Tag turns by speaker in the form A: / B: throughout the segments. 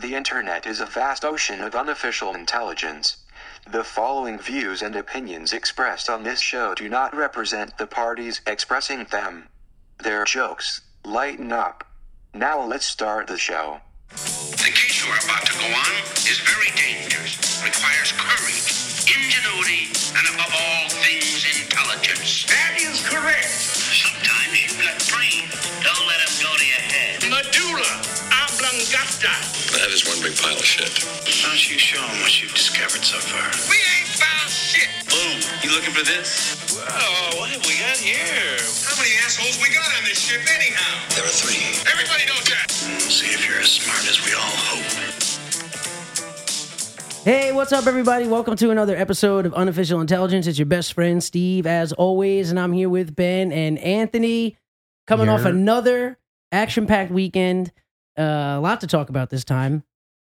A: The internet is a vast ocean of unofficial intelligence. The following views and opinions expressed on this show do not represent the parties expressing them. They're jokes. Lighten up. Now let's start the show.
B: The case you are about to go on is very dangerous, requires courage, ingenuity, and above all things, intelligence. That is correct. Sometimes you've got brains. Don't let them go to your head. Medulla oblongata.
C: That is one big pile of shit.
B: Why don't you show them what you've discovered so far? We ain't found shit.
C: Boom. You looking for this? Whoa, what have we got here?
B: How many assholes we got on this ship anyhow?
C: There are three.
B: Everybody knows that. See if you're as smart as we all hope.
D: Hey, what's up, everybody? Welcome to another episode of Unofficial Intelligence. It's your best friend, Steve, as always, and I'm here with Ben and Anthony, coming off another action packed weekend. Uh, a lot to talk about this time.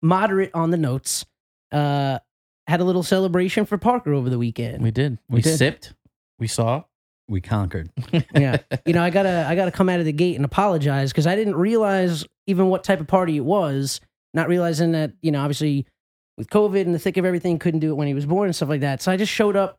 D: Moderate on the notes. Uh, had a little celebration for Parker over the weekend.
E: We did. We,
D: did.
E: sipped. We saw.
F: we conquered.
D: yeah you know i gotta i gotta come out of the gate and apologize because i didn't realize even what type of party it was not realizing that you know obviously with covid and the thick of everything couldn't do it when he was born and stuff like that so i just showed up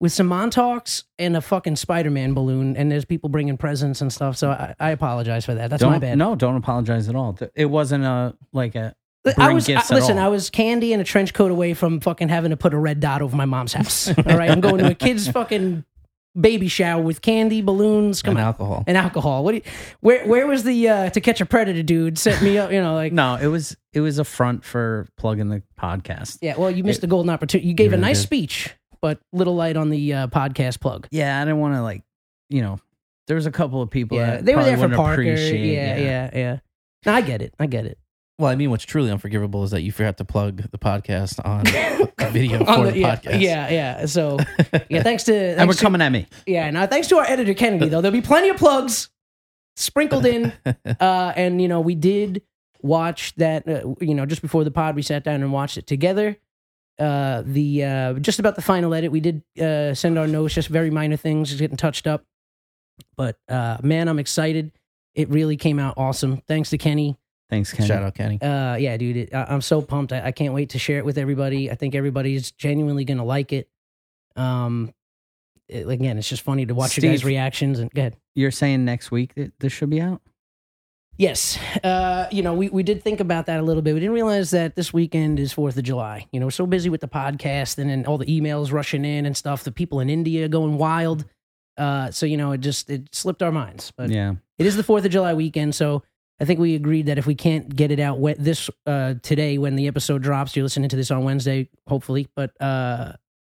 D: with some montauk's and a fucking spider-man balloon and there's people bringing presents and stuff so i, I apologize for that that's
F: don't,
D: my bad
F: No, don't apologize at all. Th- It wasn't a like a.
D: I
F: bring
D: was
F: gifts
D: I,
F: at
D: listen.
F: all.
D: I was candy and a trench coat away from fucking having to put a red dot over my mom's house. All right, I'm going to a kid's fucking baby shower with candy, balloons, come
F: And
D: on.
F: alcohol.
D: and alcohol. What? Do you, where? Where was the uh, to catch a predator dude? Set me up. You know, like
F: No, it was it was a front for plugging the podcast.
D: yeah. Well, you missed the golden opportunity. You gave a
F: really
D: nice
F: did.
D: speech, but little light on the uh, podcast plug.
F: Yeah, I didn't want to like, you know, there was a couple of people
D: Yeah,
F: that
D: they were
F: probably
D: there for
F: wouldn't
D: Parker. Yeah,
F: appreciate-
D: yeah, yeah, No, I get it. I get it.
E: Well, I mean, what's truly unforgivable is that you forgot to plug the podcast on video for
D: On
E: the,
D: the- yeah,
E: podcast.
D: yeah, yeah. So yeah, thanks to thanks
F: And we're
D: to-
F: coming at me.
D: Yeah, now thanks to our editor Kennedy, though there'll be plenty of plugs sprinkled in. Uh, and you know, we did watch that. Uh, you know, just before the pod, we sat down and watched it together. Uh, the uh, just about the final edit, we did uh, send our notes, just very minor things, just getting touched up. But uh, man, I'm excited. It really came out awesome. Thanks to Kenny.
F: Thanks, Ken.
E: Shout out, Kenny.
D: Uh, yeah, dude, it, I, I'm so pumped. I, I can't wait to share it with everybody. I think everybody's genuinely gonna like it. Um, it- again, it's just funny to watch you guys'
F: Steve.
D: reactions and go ahead.
F: You're saying next week that this should be out?
D: Yes, uh, you know, we, we did think about that a little bit. We didn't realize that this weekend is Fourth of July. You know, we're so busy with the podcast and, and all the emails rushing in and stuff. The people in India going wild. Uh, so you know, it just it slipped our minds. But
F: yeah.
D: it is the Fourth of July weekend, so I think we agreed that if we can't get it out we- this uh, today when the episode drops, you're listening to this on Wednesday, hopefully. But uh,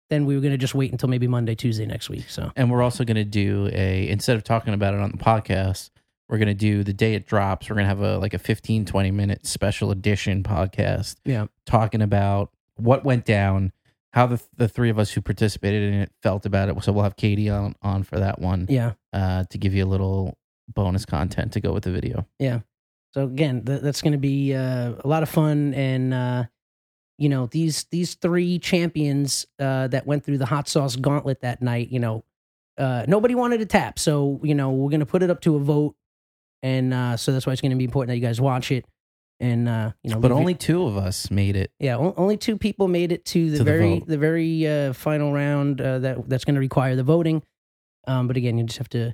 D: then we were going to just wait until maybe Monday, Tuesday next week. So
E: And we're also going to do a, instead of talking about it on the podcast, we're going to do the day it drops. We're going to have a like a 15, 20 minute special edition podcast
D: yeah,
E: talking about what went down, how the, the three of us who participated in it felt about it. So we'll have Katie on, on for that one
D: yeah,
E: uh, to give you a little bonus content to go with the video.
D: yeah. So again, th- that's going to be uh, a lot of fun, and uh, you know these these three champions uh, that went through the hot sauce gauntlet that night. You know, uh, nobody wanted to tap, so you know we're going to put it up to a vote, and uh, so that's why it's going to be important that you guys watch it. And uh, you know,
E: But
D: leave your-
E: only two of us made it.
D: Yeah, o- only two people made it to the
E: To the
D: very
E: vote.
D: the, very uh, final round uh, that that's going to require the voting. Um, but again, you just have to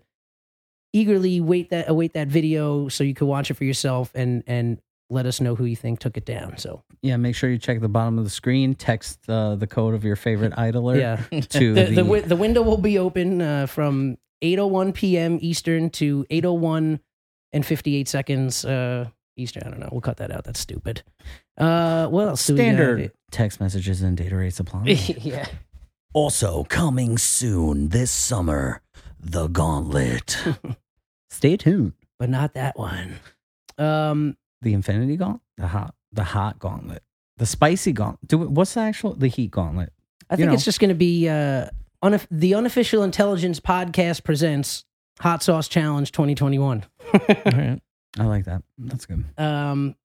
D: eagerly wait that await that video so you can watch it for yourself and and let us know who you think took it down. So
F: Yeah, make sure you check the bottom of the screen. Text uh, the code of your favorite idler
D: yeah,
F: to
D: the
F: the,
D: the, wi- the window will be open uh, from 8:01 p.m. Eastern to 8:01 and 58 seconds uh, Eastern. I don't know. We'll cut that out. That's stupid. Uh, what else? do we got?
F: standard text messages and data rates apply.
D: yeah.
G: Also coming soon this summer, The Gauntlet.
F: Stay tuned.
D: but not that one. Um,
F: the infinity gauntlet the hot the hot gauntlet the spicy gauntlet do what's the actual the heat gauntlet
D: I
F: You
D: think
F: know.
D: it's just going to be uh, unof- the unofficial intelligence podcast presents Hot Sauce Challenge 2021.
E: All right.
F: i like that that's good
D: Um,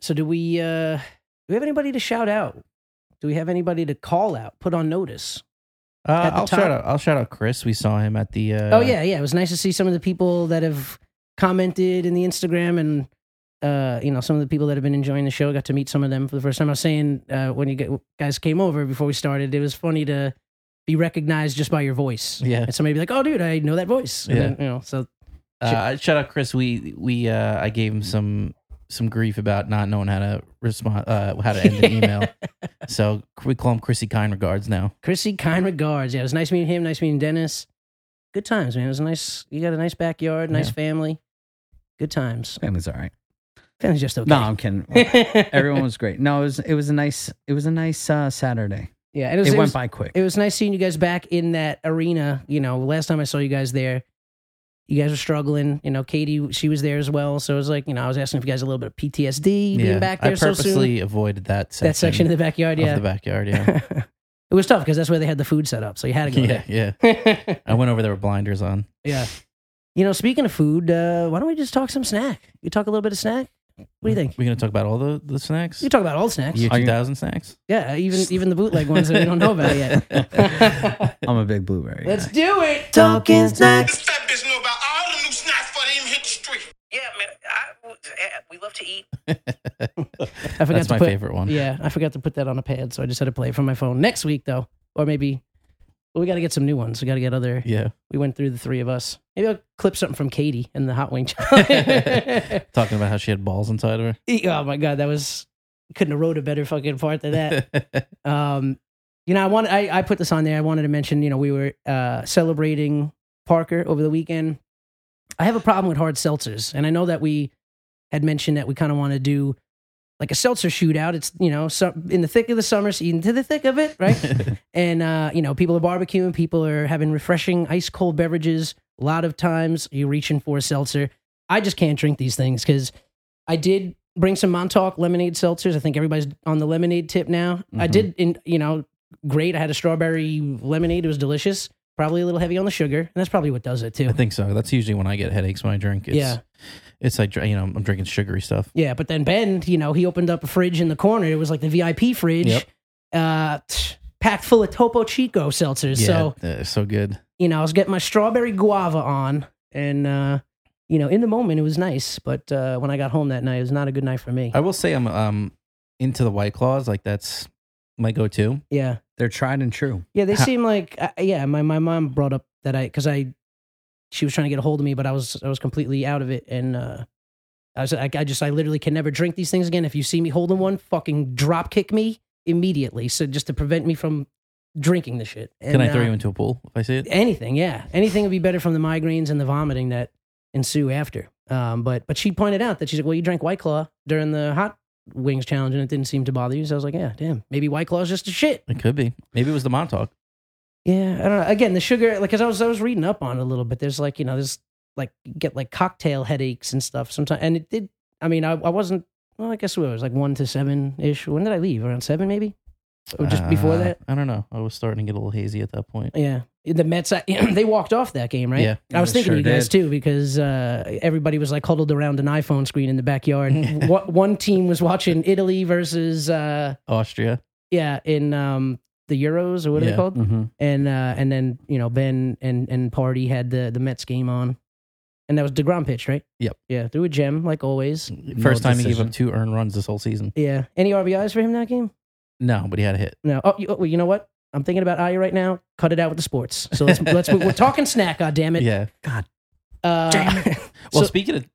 D: so do we? Uh, do we have anybody to shout out? Do we have anybody to call out, put on notice?
E: Uh,
D: At the
E: I'll
D: top.
E: shout out. I'll shout out Chris. We saw him at the. Uh,
D: oh yeah, yeah. It was nice to see some of the people that have commented in the Instagram and uh, you know, some of the people that have been enjoying the show got to meet some of them for the first time. I was saying uh, when you gu- guys came over before we started, it was funny to be recognized just by your voice.
E: Yeah.
D: and somebody be like, "Oh, dude, I know that voice." And
E: Yeah.
D: then, you know, so
E: Uh, shout out Chris. We we uh, I gave him some some grief about not knowing how to respond, uh, how to end an email. So we call him Chrissy Kind regards now.
D: Chrissy, kind regards. Yeah, it was nice meeting him. Nice meeting Dennis. Good times, man. It was a nice. You got a nice backyard, nice
E: Yeah.
D: family. Good times.
F: Family's all right.
D: Family's just okay.
F: No, I'm kidding. Everyone was great. No, it was it was a nice it was a nice uh, Saturday.
D: yeah, and it
F: It,
D: was, it
F: went
D: was-
F: by quick.
D: it was nice seeing you guys back in that arena. You know, last time I saw you guys there, you guys were struggling. You know, Katie, she was there as well. So it was like, you know, I was asking if you guys had a little bit of PTSD being back there
E: I
D: so soon.
E: purposely avoided that section,
D: That section of the backyard, yeah.
E: of the backyard. Yeah,
D: it was tough because that's where they had the food set up. So you had to go
E: yeah, yeah.
D: there.
E: I went over there with blinders on.
D: yeah. You know, speaking of food, uh, why don't we just talk some snack? You talk a little bit of snack? What do you think?
E: We're gonna talk about all the the snacks.
D: You talk about all snacks.
E: Year
F: Are you-
E: 2000 snacks.
D: Yeah, even even the bootleg ones that we don't know about yet.
F: I'm a big blueberry. guy.
D: Let's do it.
G: Talking snacks.
B: This fat bitch know about all the new snacks before they even hit the street.
H: Yeah, man. I, we love to eat.
D: I forgot
E: That's
D: to
E: my
D: put,
E: favorite one.
D: Yeah, I forgot to put that on a pad, so I just had to play it from my phone. Next week, though, or maybe well, we got to get some new ones. We got to get other.
E: yeah.
D: We went through the three of us. Maybe I'll clip something from Katie and the hot wing challenge.
E: Talking about how she had balls inside of
D: oh my god, that was couldn't have wrote a better fucking part than that.
E: her.
D: Um, you know, I want I, I put this on there. I wanted to mention, you know, we were uh, celebrating Parker over the weekend. I have a problem with hard seltzers, and I know that we had mentioned that we kind of want to do like a seltzer shootout. It's you know, so, in the thick of the summer, so into the thick of it, right? and uh, you know people are barbecuing people are having refreshing ice cold beverages a lot of times you're reaching for a seltzer i just can't drink these things because i did bring some montauk lemonade seltzers i think everybody's on the lemonade tip now i
F: Mhm.
D: did in, you know great i had a strawberry lemonade it was delicious probably a little heavy on the sugar and that's probably what does it too
E: I think so. That's usually when I get headaches when I drink. It's,
D: Yeah.
E: It's like, you know, I'm drinking sugary stuff.
D: yeah but then ben you know he opened up a fridge in the corner it was like the vip fridge
E: Yep.
D: uh, t- packed full of topo chico seltzers so
E: Yeah, uh, so good.
D: you know, I was getting my strawberry guava on, and uh, you know, in the moment it was nice, but uh, when I got home that night, it was not a good night for me.
E: I will say I'm um into the White Claws. Like, that's my go to.
D: yeah,
F: They're tried and true.
D: yeah, they
E: Ha-
D: seem like uh, yeah. My my mom brought up that I because I she was trying to get a hold of me, but I was I was completely out of it, and uh, I was I, I just I literally can never drink these things again. If you see me holding one, fucking drop kick me immediately. So just to prevent me from drinking the shit. And,
E: Can I throw
D: uh, eh.
E: you into a pool if I see it?
D: anything yeah anything would be better from the migraines and the vomiting that ensue after um, but but she pointed out that she's like well you drank white claw during the hot wings challenge and it didn't seem to bother you so i was like yeah damn maybe white claw's just a shit
E: It could be. Maybe it was the Montauk.
D: yeah i don't know again the sugar like because i was i was reading up on it a little bit there's like you know there's like you get like cocktail headaches and stuff sometimes and it did i mean i, I wasn't well i guess it was like one to seven ish when did i leave around seven maybe or Oh, just before
E: Uh,
D: that
E: I don't know. I was starting to get a little hazy at that point.
D: Yeah. The Mets, I, they walked off that game, right?
E: Yeah.
D: I was
F: They
D: thinking
F: sure
D: of you guys
F: did.
D: too because uh, everybody was like huddled around an iPhone screen in the backyard. Wha- One team was watching Italy versus, uh,
E: Austria.
D: yeah, in um, the Euros or what are they
E: Yeah.
D: called?
F: Mm-hmm.
D: And uh, and then you know Ben and and Party had the the Mets game on, and that was Degrom pitched, right?
E: Yep. Mm.
D: Yeah, threw a gem like always.
E: First time he gave
F: decision.
E: up two earned runs this whole season.
D: Yeah. Any RBIs for him that game?
E: No, but he had a hit.
D: No. Oh, you, oh, well, you know what? I'm thinking about Aya right now. Cut it out with the sports. So let's let's we're talking snack. God damn it.
E: Yeah.
D: Uh,
E: Well,
D: So-
E: speaking of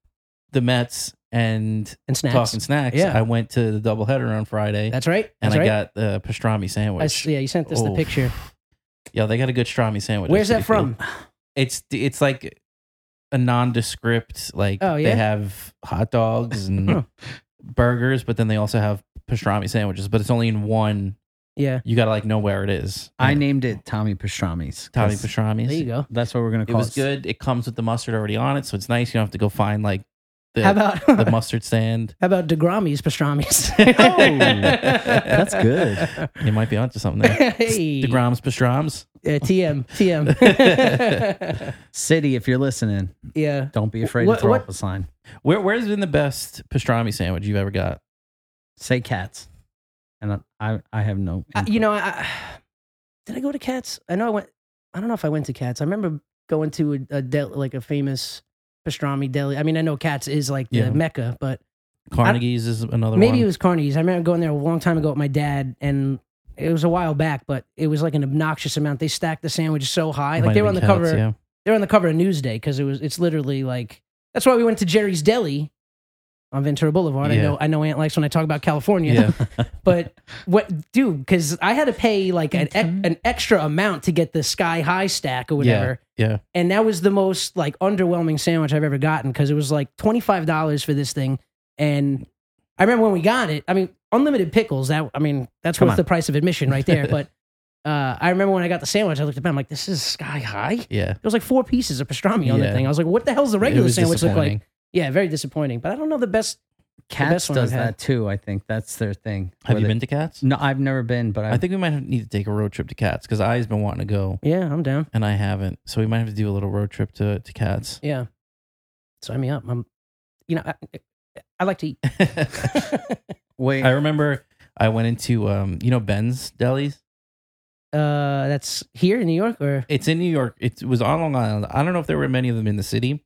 E: the Mets and
D: and snacks.
E: talking snacks,
D: Yeah.
E: I went to the doubleheader on Friday
D: That's right.
E: and
D: That's right.
E: I got the pastrami
D: I s-
E: sandwich.
D: yeah, you sent us the
E: Oh,
D: picture.
E: Yeah, they got a good pastrami sandwich.
D: Where's that
E: actually, too.
D: from?
E: It's it's like a nondescript. Like
D: Oh, yeah?
E: they have hot dogs
D: Huh.
E: and burgers, but then they also have pastrami sandwiches. But it's only in one.
D: Yeah,
E: You got to like know where it is.
F: I
E: Yeah.
F: named it Tommy Pastrami's.
E: Tommy
F: 'cause
E: pastrami's.
D: there you go.
F: That's what we're gonna
E: It
F: call it.
E: was good. It comes with the mustard already on it, so it's nice. You don't have to go find like the
D: How about
E: the mustard stand.
D: how about Degrami's pastrami's?
E: Oh,
F: That's good.
E: You might be onto something there.
D: hey,
E: The Groms Pastrams.
D: Uh, TM TM.
F: City, if you're listening,
D: yeah,
F: don't be afraid
D: What-
F: to throw
D: what-
F: up a sign.
E: Where where's been the best pastrami sandwich you've ever got?
F: Say cats. And I I, I have no
D: I, you know, I, I, did I go to Cats? I know I went. I don't know if I went to Cats. I remember going to a, a del, like a famous pastrami deli. I mean, I know Cats is like the
E: Yeah.
D: mecca, but
E: Carnegie's is another
D: Maybe
E: one.
D: it was Carney's. I remember going there a long time ago with my dad, and it was a while back, but it was like an obnoxious amount. They stacked the sandwiches so high,
E: Might
D: like they
E: have
D: were on the
E: been Kellogg's,
D: cover.
E: Yeah.
D: They were on the cover of Newsday because it was. It's literally like that's why we went to Jerry's Deli on Ventura Boulevard. I
E: Yeah.
D: know. I know Aunt likes when I talk about California. But what, dude? Because I had to pay like an, ex, an extra amount to get the sky high stack or
E: yeah,
D: whatever,
E: yeah,
D: and that was the most like underwhelming sandwich I've ever gotten because it was like twenty five dollars for this thing, and I remember when we got it. I mean, unlimited pickles. That I mean, that's
F: Come
D: worth
F: on.
D: the price of admission right there. but uh, I remember when I got the sandwich, I looked at Ben. I'm like, this is sky high. There
E: yeah.
D: was like four pieces of pastrami on that
E: Yeah.
D: thing. I was like, what the hell's the
E: It
D: regular
E: was
D: sandwich look like?
E: disappointing.
D: Yeah, very disappointing. But I don't know the best.
F: Cats
D: best one I've
F: does
D: had.
F: that too. I think that's their thing.
E: Have
F: where
E: you
F: they-
E: been to Cats?
F: No, I've never been, but I,
E: I think we might have, need to take a road trip to Cats because I've been wanting to go
D: Yeah, I'm down.
E: and I haven't. So we might have to do a little road trip to to Cats.
D: Yeah, sign me up. I'm, you know, I, I like to eat. uh,
F: wait.
E: I remember I went into um, you know Ben's Deli's.
D: Uh, that's here in New York, or
E: It's in New York. It was on Long Island. I don't know if there were many of them in the city,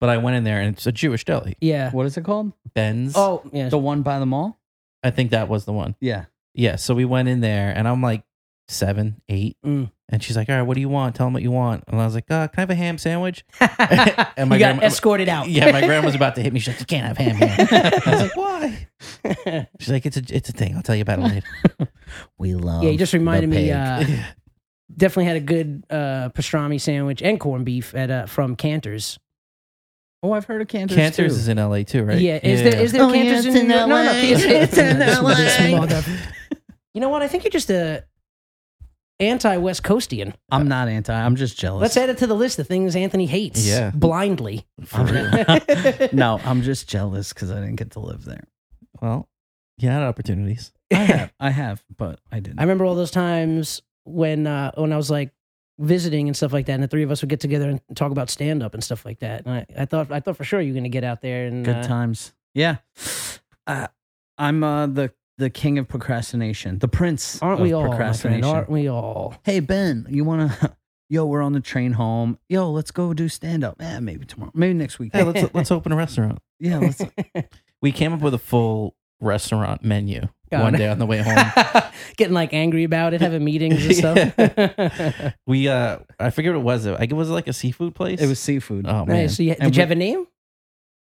E: but I went in there and it's a Jewish deli.
D: yeah.
F: what is it called?
E: Ben's.
D: Oh, yeah.
F: The one by the mall?
E: I think that was the one.
F: Yeah.
E: Yeah. So we went in there and I'm like seven, eight.
D: Mm.
E: And she's like, all right, what do you want? Tell them what you want. And I was like, uh, can I have a ham sandwich?
D: and
E: And my
D: you got
E: grandma-
D: escorted out.
E: yeah, my grandma's about to hit me. She's like, you can't have ham here. I was like, why? She's like, it's a, it's a thing. I'll tell you about it later.
G: We love.
D: Yeah, you just reminded
G: the
D: me.
G: pig.
D: Uh, definitely had a good uh, pastrami sandwich and corned beef at uh, from Cantor's.
F: Oh, I've heard of Cantor's.
E: Cantor's
F: too.
E: is in LA too, right?
D: Yeah, is there is there
G: Oh, yeah,
D: Cantor's
G: it's
D: in
G: in
D: New York? No, no,
G: LA.
D: it's, it's in
G: It's in
D: LA. This
G: LA.
D: mother- You know what? I think you're just a anti-West Coastian.
F: I'm not anti. I'm just jealous.
D: Let's add it to the list of things Anthony hates.
E: Yeah.
D: blindly.
E: For real.
F: no, I'm just jealous because I didn't get to live there.
E: Well, you had opportunities.
F: I have, I have, but I didn't.
D: I remember all those times when uh, when I was like visiting and stuff like that, and the three of us would get together and talk about stand up and stuff like that. And I, I thought I thought for sure you were going to get out there and
F: Good
D: uh,
F: times. Yeah, uh, I'm uh, the the king of procrastination, the prince.
D: Aren't
F: of
D: we all, my
F: Procrastination.
D: friend? Aren't we all?
F: hey Ben, you wanna? Yo, we're on the train home. Yo, let's go do stand up. Eh, maybe tomorrow. Maybe next week.
E: Hey, let's, let's open a restaurant.
F: yeah, let's.
E: We came up with a full restaurant menu
D: God.
E: one day on the way home.
D: Getting like angry about it, having meetings and stuff.
E: Yeah. we, uh, I forget what it was. I think It was like a seafood place.
F: It was seafood.
E: Oh, man.
D: nice. So you, did
F: And
D: you
F: we-
D: have a name?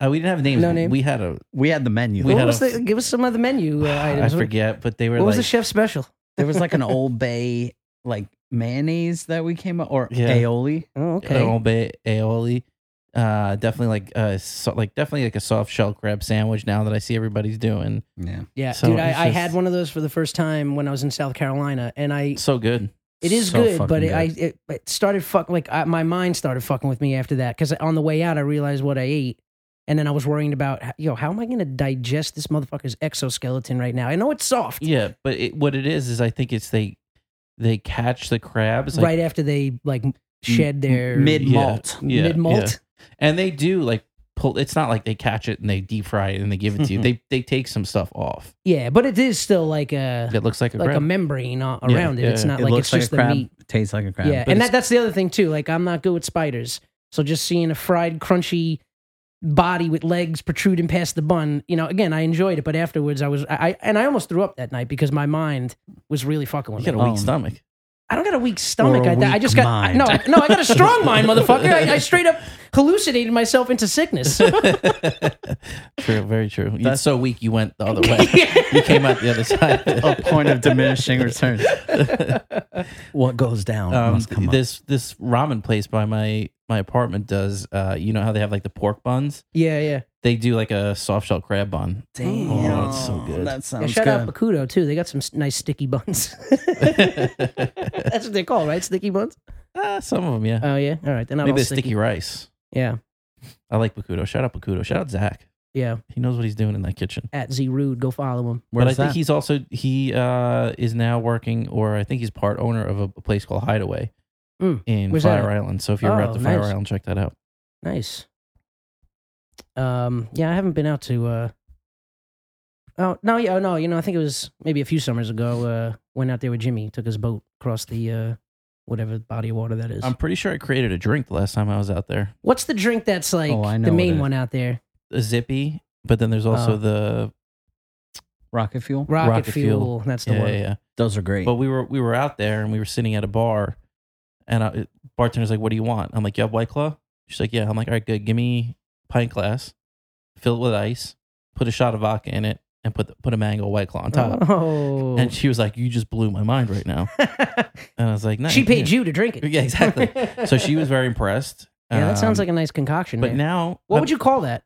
E: Uh, we didn't have names.
D: No name?
E: We had a.
F: we had the menu.
E: We
D: what
E: had
D: was
E: a-
D: the, give us some of the menu uh,
E: I
D: items. What-
E: forget, but they were
D: What, was the
E: like-
D: chef special?
F: there was like an Old Bay like mayonnaise that we came up or
E: Yeah.
F: aioli.
D: Oh,
E: okay.
D: okay.
E: aobe aioli. Uh, definitely like uh, so, like definitely like a soft shell crab sandwich. Now that I see everybody's doing,
F: Yeah,
D: Yeah,
E: So
D: dude, I,
E: it's
D: I
E: just-
D: had one of those for the first time when I was in South Carolina, and I
E: so good.
D: It is
F: So
D: good, but
F: fucking
D: it, I it, it started fuck like I, my mind started fucking with me after that because on the way out I realized what I ate, and then I was worrying about h- yo how am I going to digest this motherfucker's exoskeleton right now? I know it's soft
E: Yeah, but it, what it is is I think it's they they catch the crabs like,
D: right after they like shed their
F: mid
E: yeah,
F: malt.
E: yeah,
D: mid malt.
E: yeah. and they do like pull. It's not like they catch it and they deep fry it and they give it to you. They they take some stuff off
D: Yeah. but it is still like a
E: that looks like a
D: like a
E: crab.
D: membrane a-
E: Yeah,
D: around it. It's
E: yeah.
D: not like it's just
F: a
D: the
F: crab.
D: meat.
F: Tastes like a crab.
D: yeah,
E: but
D: and
E: it's-
D: that, that's the other thing too. Like I'm not good with spiders, so just seeing a fried, crunchy body with legs protruding past the bun, you know, again I enjoyed it, but afterwards I was I, I and I almost threw up that night because my mind was really fucking
E: you
D: with
E: got a
D: me.
E: weak
F: Um,
E: stomach.
D: I don't got a weak stomach.
F: Or a
D: I I
F: weak
D: just got
F: mind.
D: no, no. I got a strong mind, motherfucker. I, I straight up hallucinated myself into sickness.
E: true, very true. That's so weak. You went the other way. You came out the other side.
D: Oh,
F: a point of diminishing returns.
G: what goes down
E: um,
G: must Oh, come up.
E: this this ramen place by my my apartment does. Uh, you know how they have like the pork buns?
D: yeah, yeah.
E: They do like a soft shell crab bun.
F: Damn,
E: Oh, that's so good.
F: That
D: yeah
F: sounds
D: shout out
F: good.
D: Bakudo too. They got some s- nice sticky buns. That's what they're called, right? Sticky buns.
E: Ah, some of them, yeah.
D: Oh yeah. All right. They're not
E: Maybe
D: all
E: the
D: sticky.
E: sticky. rice.
D: Yeah.
E: I like Bakudo. Shout out Bakudo. Shout out Zach.
D: Yeah.
E: He knows what he's doing in that kitchen.
D: At Z Rude, go follow him.
E: but I
F: Where's
E: think
F: that?
E: he's also he uh is now working, or I think he's part owner of a, a place called Hideaway
D: Mm.
E: in
D: Where's that
E: Fire Island. So if you're out
D: Oh,
E: to Fire
D: nice.
E: Island, check that out.
D: Nice. Um, yeah, I haven't been out to. Uh, oh no, yeah, oh, no, you know, I think it was maybe a few summers ago. Uh, went out there with Jimmy, took his boat across the uh, whatever body of water that is.
E: I'm pretty sure I created a drink the last time I was out there.
D: What's the drink that's like
F: Oh, I know
D: the
F: what
D: main
F: it
D: one out there?
E: A zippy But then there's also
D: Oh.
F: Uh,
E: the
F: Rocket fuel.
D: Rocket,
E: Rocket
D: fuel.
E: fuel.
D: That's the
E: yeah,
D: one.
E: yeah, yeah.
G: Those are great.
E: But we were we were out there and we were sitting at a bar, and I, bartender's like, "What do you want?" I'm like, "You have White Claw." She's like, "Yeah." I'm like, "All right, good. Give me pint glass, fill it with ice, put a shot of vodka in it, and put the, put a mango White Claw on top."
D: Oh.
E: And she was like, "You just blew my mind right now," and I was like, "No."
D: she paid
E: can't."
D: you to drink it.
E: Yeah, exactly. So she was very impressed.
D: Yeah, that sounds
E: Um,
D: like a nice concoction.
E: But
D: man.
E: now,
D: what would you call that?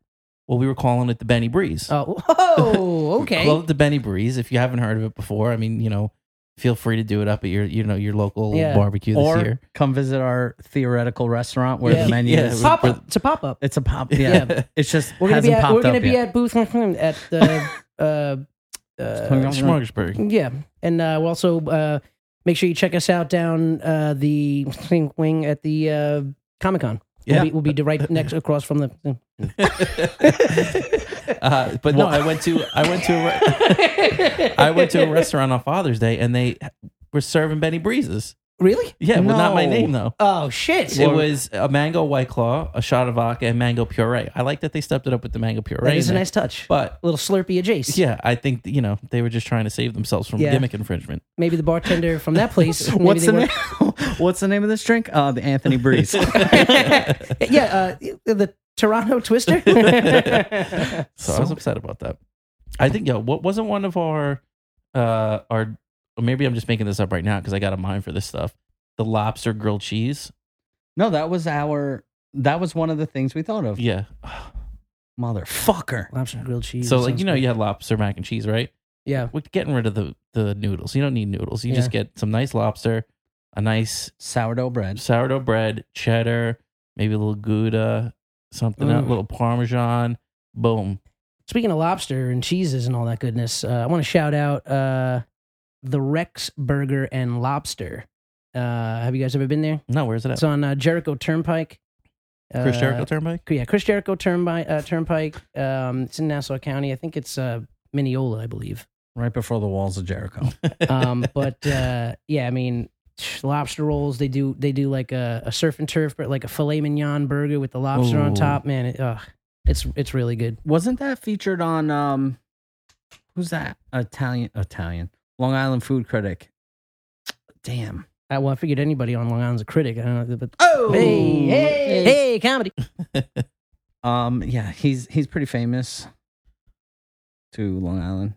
E: Well, we were calling it the Benny Breeze.
D: Oh, whoa, Oh, okay.
E: Call it the Benny Breeze. If you haven't heard of it before, I mean, you know, feel free to do it up at your, you know, your local
D: Yeah.
E: barbecue this
F: Or
E: year.
F: come visit our theoretical restaurant where
D: Yeah.
F: the menu
E: Yeah,
F: is.
D: pop up. It's a pop up.
F: It's a pop. Yeah. It's just
D: We're gonna
F: hasn't
D: be at,
F: popped
D: we're gonna
F: up
D: be
F: yet.
D: at booth at the uh, uh,
E: Smorgasburg.
D: yeah, and uh, we'll also uh, make sure you check us out down uh, the thing wing at the uh, Comic Con.
E: Yeah.
D: We'll be, we'll be right next across from the.
E: Uh, but no, I went to I went to a re- I went to a restaurant on Father's Day and they were serving Benny Breezes.
D: Really?
E: Yeah, well, not my
F: No.
E: name though.
D: Oh shit!
E: It was a mango white claw, a shot of vodka, and mango puree. I like that they stepped it up with the mango puree.
D: that is a
E: in there.
D: nice touch.
E: but
D: a little Slurpee adjacent.
E: yeah, I think you know they were just trying to save themselves from
D: Yeah.
E: gimmick infringement.
D: Maybe the bartender from that place. maybe
F: What's
D: they
F: the
D: weren't-
F: name? What's the name of this drink? Uh, the Anthony Breeze.
D: yeah, uh, the Toronto Twister.
E: So, I was upset about that. I think yo, what wasn't one of our uh our or maybe I'm just making this up right now because I got a mind for this stuff. The lobster grilled cheese.
F: no, that was our. That was one of the things we thought of.
E: Yeah.
F: Motherfucker.
D: Lobster grilled cheese.
E: so
D: that
E: like
D: sounds
E: you know
D: good.
E: you had lobster mac and cheese, right?
D: yeah,
E: We're getting rid of the the noodles. You don't need noodles. You just get some nice lobster, a nice
F: Sourdough bread.
E: sourdough bread, cheddar, maybe a little gouda, something, a
D: Mm.
E: little parmesan. Boom.
D: Speaking of lobster and cheeses and all that goodness, uh, I want to shout out uh, the Rex Burger and Lobster. Uh, have you guys ever been there?
E: No, where's it at?
D: It's on uh, Jericho Turnpike.
E: Chris
D: Uh,
E: Jericho Turnpike.
D: Yeah, Chris Jericho Turnpike. Uh, Turnpike. Um, it's in Nassau County. I think it's uh, Mineola, I believe.
F: Right before the walls of Jericho.
D: um, but uh, yeah, I mean, lobster rolls. They do they do like a, a surf and turf, but like a filet mignon burger with the lobster on
E: Ooh.
D: top. Man, it, ugh, it's it's really good.
F: Wasn't that featured on um who's that? Italian Italian. Long Island food critic. Damn.
D: I, well, I figured anybody on Long Island's a critic. I don't know, but
F: Oh
D: hey, hey, hey, comedy.
F: Um yeah, he's he's pretty famous to Long Island.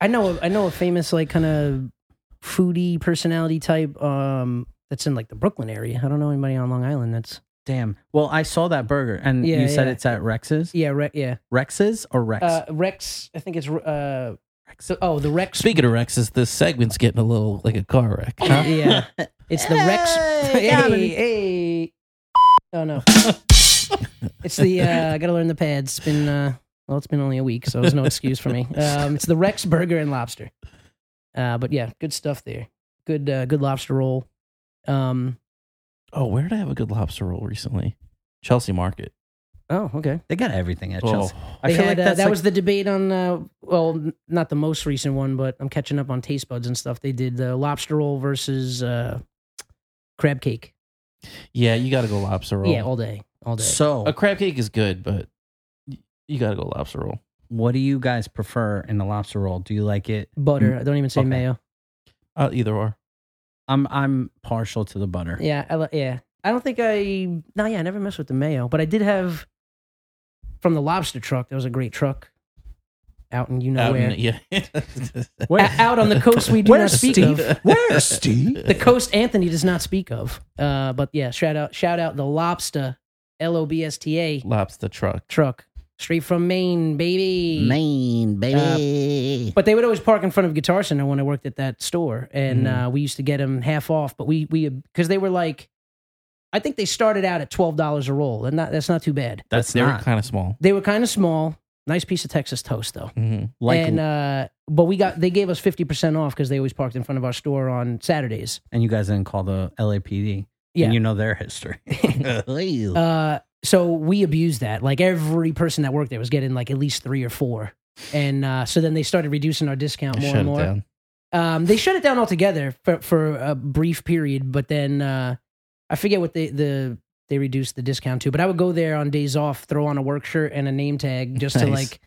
D: I know I know a famous like kind of foodie personality type um, that's in like the Brooklyn area. I don't know anybody on Long Island that's
F: Damn. Well, I saw that burger and
D: Yeah,
F: you said
D: yeah.
F: it's at Rex's?
D: yeah, Re- yeah.
F: Rex's or Rex?
D: Uh, Rex, I think it's uh, so, oh the Rex.
E: Speaking of Rex's, this segment's getting a little like a car wreck.
F: Uh,
E: Huh?
D: Yeah, it's the Rex.
F: Hey, comedy.
D: hey. Oh no, it's the. Uh, I gotta learn the pads. It's been uh, well, it's been only a week, so there's no excuse for me. Um, it's the Rex Burger and Lobster. Uh, but yeah, good stuff there. Good, uh, good lobster roll. Um,
E: Oh, where did I have a good lobster roll recently? Chelsea Market.
D: oh okay.
F: they got everything at Chelsea.
E: Oh.
F: I
D: They
F: feel
D: had,
F: like
D: uh,
F: that's
D: that
F: like-
D: was the debate on. Uh, well, n- not the most recent one, but I'm catching up on taste buds and stuff. They did the lobster roll versus uh, crab cake.
E: Yeah, you got to go lobster roll.
D: Yeah, all day, all day.
F: so
E: a crab cake is good, but y- you got to go lobster roll.
F: what do you guys prefer in the lobster roll? Do you like it?
D: Butter. I don't even say
F: Mm. Okay.
D: mayo.
E: Uh, either or.
F: I'm I'm partial to the butter.
D: Yeah, I, li- yeah. I don't think I. No, yeah, I never messed with the mayo, but I did have from the lobster truck. That was a great truck out in you know
E: Out
D: where.
E: in- Um, yeah.
D: O- out on the coast we do not speak of.
G: Where's Steve?
D: The coast Anthony does not speak of. Uh, but yeah, shout out, shout out the lobster, L O B S T A
E: lobster truck.
D: truck, straight from Maine, baby.
G: Maine, baby.
D: But they would always park in front of Guitar Center when I worked at that store, and uh, we used to get them half off. But we we because they were like, I think they started out at twelve dollars a roll, and not, that's not too bad.
F: That's
E: They were
F: not
E: kind of small.
D: They were kind of small. Nice piece of Texas toast though.
E: hmm
F: like
D: and uh, but we got they gave us fifty percent off because they always parked in front of our store on Saturdays.
F: and you guys didn't call the LAPD.
D: Yeah.
F: And you know their history.
D: Uh, so we abused that. Like every person that worked there was getting like at least three or four. And uh, so then they started reducing our discount more
E: Shut
D: and
E: it
D: more.
E: down.
D: Um, they shut it down altogether for, for a brief period, but then uh, I forget what they the they reduced the discount to. But I would go there on days off, throw on a work shirt and a name tag just to
E: Nice.
D: like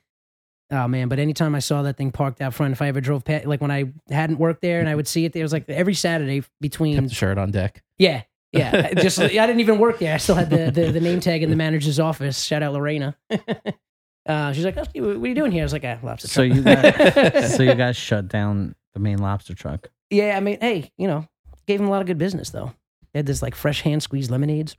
D: Oh man, but anytime I saw that thing parked out front, if I ever drove past, like when I hadn't worked there and I would see it, there, it was like every Saturday
E: Kept
D: between,
E: the shirt on deck.
D: yeah, yeah. I Just I didn't even work there. I still had the the, the name tag in the manager's office. Shout out Lorena. uh, she's like, "Oh, "What are you doing here?" I was like, "Ah, lobster."
F: So
D: truck."
F: you got so you guys shut down the main lobster truck.
D: yeah, I mean, hey, you know, gave him a lot of good business though. They had this like fresh hand squeezed lemonades.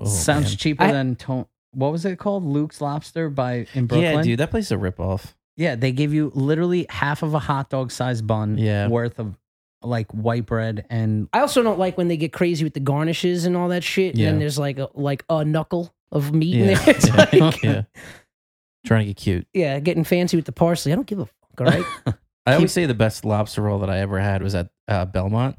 E: Oh,
F: Sounds
E: man.
F: cheaper
D: I-
F: than to- what was it called? Luke's Lobster by in Brooklyn.
E: Yeah, dude, that place is a ripoff.
F: Yeah, they give you literally half of a hot dog sized bun
E: Yeah.
F: worth of like white bread and
D: I also don't like when they get crazy with the garnishes and all that shit. And
E: Yeah.
D: then there's like a, like a knuckle of meat in
E: Yeah,
D: there. It's
E: yeah,
D: like,
E: yeah. Trying to get cute.
D: yeah, getting fancy with the parsley. I don't give a fuck. All right,
E: I always say the best lobster roll that I ever had was at uh, Belmont.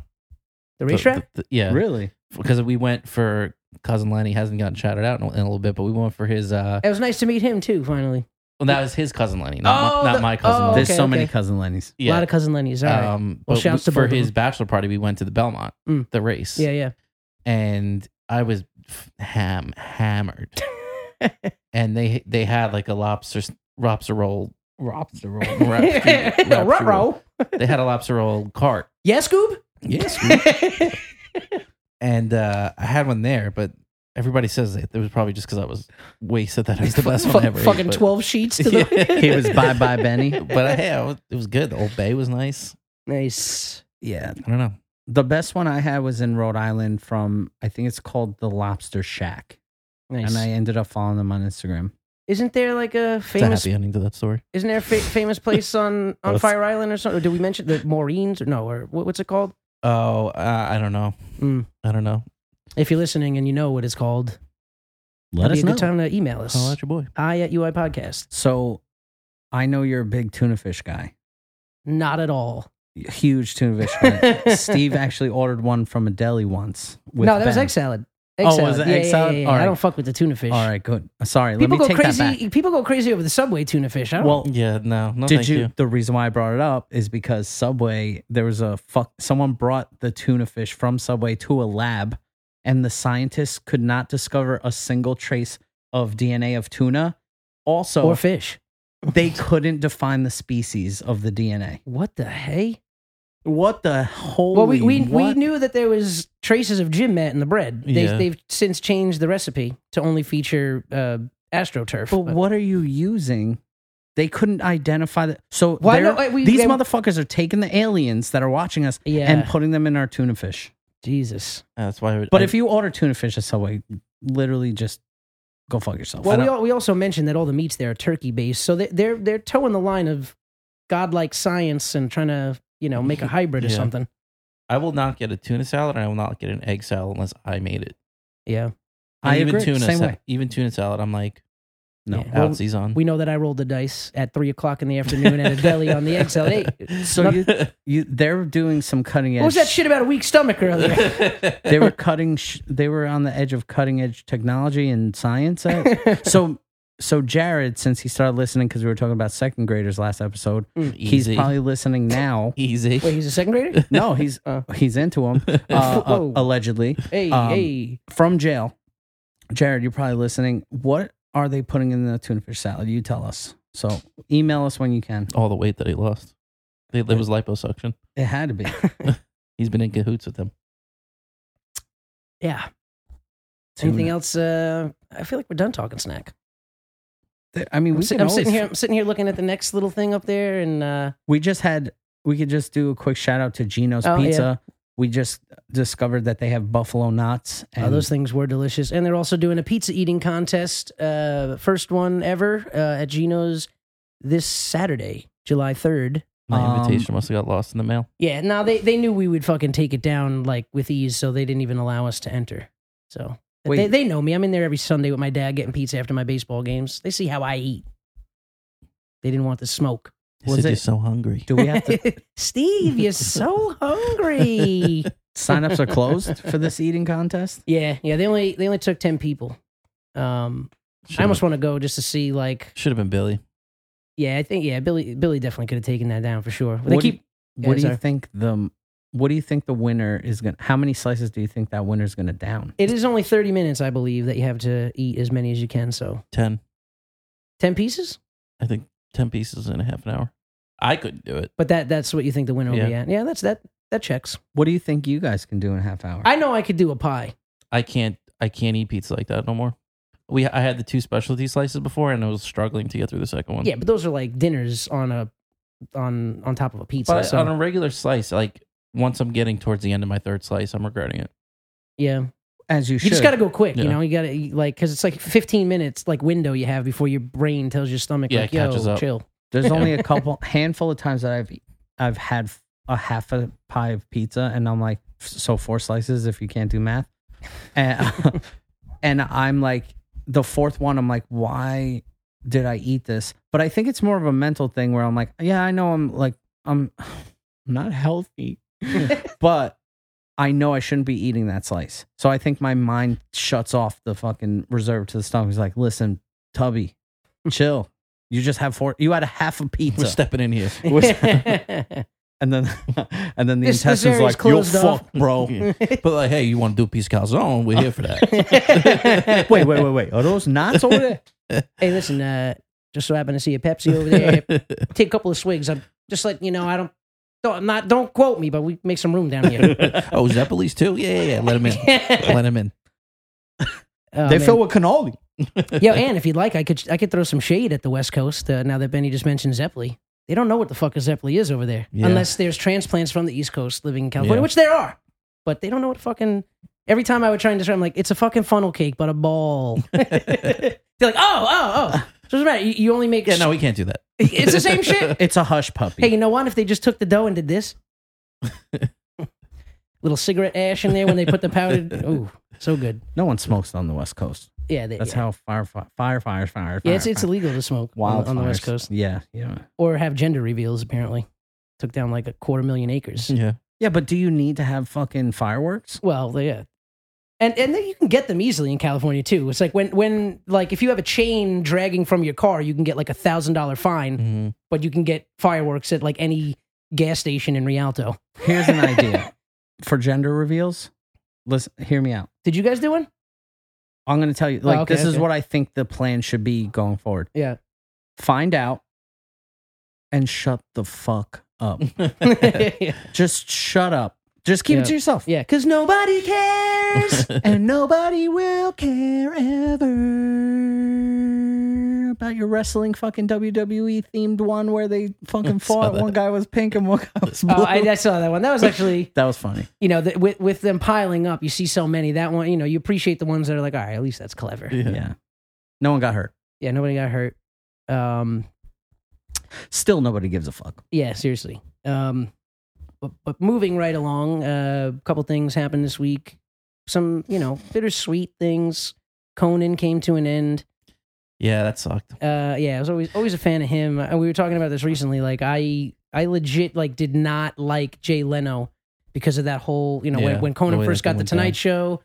D: the
E: The-
D: racetrack.
E: the- the- yeah,
F: really
E: because we went for cousin Lenny hasn't gotten shouted out in a, in a little bit, but we went for his. uh
D: It was nice to meet him too. Finally,
E: Well, that was his cousin Lenny, not,
D: Oh,
E: my, not
D: the-
E: my cousin.
D: oh,
E: Lenny.
F: there's
D: okay,
F: so many
D: okay.
F: cousin Lenny's.
D: a lot of cousin Lenny's. All right.
E: Um,
D: Well,
E: but
D: shouts
E: we-
D: to
E: for
D: both of
E: his
D: them.
E: bachelor party, we went to the Belmont,
D: Mm.
E: the race.
D: yeah, yeah.
E: and I was f- ham hammered. and they they had like a lobster s- lobster roll.
F: Lobster roll.
E: Lobster roll.
D: Ruh-roh.
E: They had a lobster roll cart.
D: Yeah, Scoob.
E: Yes. and uh, I had one there, but everybody says it. It was probably just because I was wasted that it was the best
D: Fuck-
E: one ever.
D: fucking
E: but-
D: twelve sheets to the
F: he was bye bye Benny.
E: But I, hey, I was, it was good. The Old Bay was nice.
D: nice.
F: Yeah,
E: I don't know.
F: the best one I had was in Rhode Island from I think it's called the Lobster Shack,
D: Nice.
F: and I ended up following them on Instagram.
D: isn't there like a
E: It's a
D: famous?
E: happy ending to that story.
D: Isn't there a fa- famous place on on
E: That's-
D: Fire Island or something? Did we mention the Maureen's? Or, no, or what, what's it called?
E: Oh, uh, I don't know.
F: Hmm.
D: Mm.
E: I don't know.
D: If you're listening and you know what it's called,
F: Let
D: it'd
F: us
D: be a
F: know.
D: good time to email us.
E: Holla at your boy.
D: I at UI Podcast.
F: So, I know you're a big tuna fish guy.
D: Not at all.
F: huge tuna fish. guy. Steve actually ordered one from a deli once. With
D: no, that was
F: Ben.
D: egg salad. Egg
F: Oh,
D: salad.
F: was it
D: yeah,
F: egg
D: yeah,
F: salad?
D: yeah, yeah.
F: All
D: I
F: right.
D: don't fuck with the tuna fish.
F: All right, good. Uh, Sorry,
D: People go
F: let me take that
D: crazy.
F: back.
D: People go crazy over the subway tuna fish. I don't
F: Well,
E: Yeah, no, no.
F: did
E: thank
F: you,
E: you?
F: The reason why I brought it up is because Subway. There was a fuck. Someone brought the tuna fish from Subway to a lab, and the scientists could not discover a single trace of DNA of tuna. Also,
D: or fish.
F: they couldn't define the species of the DNA.
D: What the hey?
F: What the holy?
D: well, we we, we
F: what?
D: knew that there was traces of gym mat in the bread. They,
E: Yeah.
D: They've since changed the recipe to only feature uh, astroturf.
F: But
D: But-
F: what are you using? They couldn't identify that. So
D: Why
F: they're-
D: no, I- we-
F: these
D: I-
F: motherfuckers are taking the aliens that are watching us
D: yeah,
F: and putting them in our tuna fish.
D: Jesus.
E: That's why. I would-
F: But
E: I-
F: if you order tuna fish at Subway, literally just go fuck yourself.
D: Well,
F: I
D: we,
F: don't-
D: all, we also mentioned that all the meats there are turkey based, so they, they're they're toeing the line of godlike science and trying to you know make a hybrid or
E: Yeah.
D: something.
E: I will not get a tuna salad, and I will not get an egg salad unless I made it.
D: Yeah,
E: And
F: I
E: even
F: agree.
E: Tuna
F: Same
E: sa-
F: way.
E: Even tuna salad, I'm like,
F: No.
D: Yeah. Well,
E: out season.
D: we know that I rolled the dice at three o'clock in the afternoon at a deli on the egg salad. Hey,
F: So you, you, they're doing some cutting edge.
D: what was that shit about a weak stomach earlier?
F: They were cutting. Sh- they were on the edge of cutting edge technology and science. at- so, so Jared, since he started listening because we were talking about second graders last episode,
D: Mm.
F: he's
E: Easy.
F: probably listening now.
E: easy.
D: Wait, he's a second grader.
F: No, he's
D: Oh.
F: he's into him uh, uh,
D: Whoa.
F: allegedly
D: Hey,
F: Um,
D: hey,
F: from jail. Jared, you're probably listening. What are they putting in the tuna fish salad? You tell us. So email us when you can.
E: All the weight that he lost. They- It was liposuction.
F: It had to be.
E: He's been in cahoots with them.
D: yeah.
F: Tuna.
D: Anything else? Uh, I feel like we're done talking snack.
F: I mean,
D: I'm,
F: we
D: si-
F: can
D: I'm
F: always-
D: sitting here. I'm sitting here looking at the next little thing up there, and uh,
F: We just had. We could just do a quick shout out to Gino's
D: Oh, yeah.
F: Pizza. We just discovered that they have buffalo nuts. And
D: Oh, those things were delicious. And they're also doing a pizza eating contest, uh, first one ever uh, at Gino's this Saturday, July 3rd.
E: My
F: Um,
E: invitation must have got lost in the mail.
D: Yeah, no, they, they knew we would fucking take it down like with ease, so they didn't even allow us to enter. So
F: Wait.
D: they, they know me. I'm in there every Sunday with my dad getting pizza after my baseball games. They see how I eat. They didn't want the smoke.
E: He
F: Was
E: said,
F: it-
E: You're so hungry.
F: do we have to?
D: Steve, you're so hungry.
F: signups are closed for this eating contest.
D: Yeah, yeah. They only they only took ten people. Um, I almost want to go just to see like
E: should have been Billy.
D: Yeah, I think yeah, Billy Billy definitely could have taken that down for sure. They
F: What do you-
D: keep
F: What do
D: Yeah,
F: you
D: sorry.
F: think the? What do you think the winner is gonna? How many slices do you think that winner's gonna down?
D: it is only 30 minutes I believe that you have to eat as many as you can, so
E: 10.
D: 10 pieces?
E: I think ten pieces in a half an hour. I couldn't do it.
D: But that that's what you think the winner will be
E: Yeah.
D: at. Yeah, that's that that checks.
F: What do you think you guys can do in a half hour?
D: I know I could do a pie.
E: I can't. I can't eat pizza like that no more. We I had the two specialty slices before, and I was struggling to get through the second one.
D: Yeah, but those are like dinners on a on on top of a pizza.
E: but
D: so
E: on a regular slice, like once I'm getting towards the end of my third slice, I'm regretting it.
D: yeah, you
F: As you, should.
D: just got to go quick. You
E: Yeah.
D: know, you got to like because it's like 15 minutes like window you have before your brain tells your stomach
E: Yeah,
D: like
E: it catches
D: yo
E: up.
D: chill.
F: There's only a couple handful of times that I've I've had a half a pie of pizza, and I'm like, so four slices if you can't do math, and and I'm like, the fourth one, I'm like, why did I eat this? But I think it's more of a mental thing where I'm like, yeah, I know I'm like I'm not healthy, but I know I shouldn't be eating that slice. So I think my mind shuts off the fucking reserve to the stomach. It's like, listen, Tubby, chill. You just have four. You had a half a
E: We're
F: pizza,
E: stepping in here.
F: and then and then the
D: This- this
F: intestines
D: area's
F: like you
D: closed off."
F: fuck, bro. wait,
E: but like, hey, you want to do a piece of calzone? We're here for that.
F: wait, wait, wait. Are those knots over there?
D: hey, listen, uh, just so happen to see a Pepsi over there. Take a couple of swigs. I'm just letting you know I don't. Don't, I'm not, don't quote me, but we make some room down here.
E: oh, is that police too? Yeah, yeah, yeah. Let him in. Let him in.
D: Oh, man.
F: they fill with cannoli.
D: Yo, and if you'd like, I could I could throw some shade at the West Coast. Uh, now that Benny just mentioned Zeppeli, they don't know what the fuck a Zeppeli is over there,
E: Yeah.
D: unless there's transplants from the East Coast living in California,
E: Yeah.
D: which there are. But they don't know what fucking. Every time I would try and describe, I'm like, it's a fucking funnel cake, but a ball. They're like, oh, oh, oh. So what's the matter? You, you only make.
E: Yeah, no, we can't do that.
D: It's the same shit.
F: It's a hush puppy.
D: Hey, you know what? If they just took the dough and did this, little cigarette ash in there when they put the powdered. Ooh, so good.
F: No one smokes on the West Coast.
D: Yeah, they,
F: That's
D: yeah.
F: how fire, fire, fire, fire, fire.
D: Yeah, it's,
F: fire,
D: it's
F: fire.
D: illegal to smoke on,
F: Wildfires.
D: on the West Coast.
F: Yeah, yeah,
D: or have gender reveals apparently took down like a quarter million acres
E: Yeah.
F: yeah. But do you need to have fucking fireworks?
D: well they- yeah and and then you can get them easily in california too it's like when when like if you have a chain dragging from your car you can get like a thousand dollar fine
E: Mhm.
D: but you can get fireworks at like any gas station in rialto
F: Here's an idea for gender reveals. Listen, hear me out.
D: did you guys do one
F: I'm going to tell you. Like,
D: Oh, okay,
F: this is
D: okay.
F: what I think the plan should be going forward.
D: yeah
F: Find out and shut the fuck up.
D: yeah
F: Just shut up. Just keep it to
D: Yeah.
F: yourself.
D: because nobody cares
F: And nobody will care ever about your wrestling fucking WWE themed one where they fucking
E: Saw
F: fought.
E: that.
F: One guy was pink and one guy was blue.
D: oh, I, I saw that one that was actually
F: that was funny.
D: you know the, with, with them piling up you see so many that one you know you appreciate the ones that are like all right at least that's clever
E: Yeah.
F: Yeah. No one got hurt.
D: yeah nobody got hurt um
F: Still nobody gives a fuck.
D: yeah, seriously. Um, but, but moving right along, uh, a couple things happened this week. Some, you know, bittersweet things. Conan came to an end.
E: Yeah, that sucked.
D: Uh, yeah, I was always always a fan of him. Uh, We were talking about this recently. Like, I I legit like did not like Jay Leno because of that whole, you know,
E: Yeah,
D: when, when
E: the
D: Conan
E: way
D: first
E: that
D: got the
E: thing went
D: Tonight
E: down.
D: Show,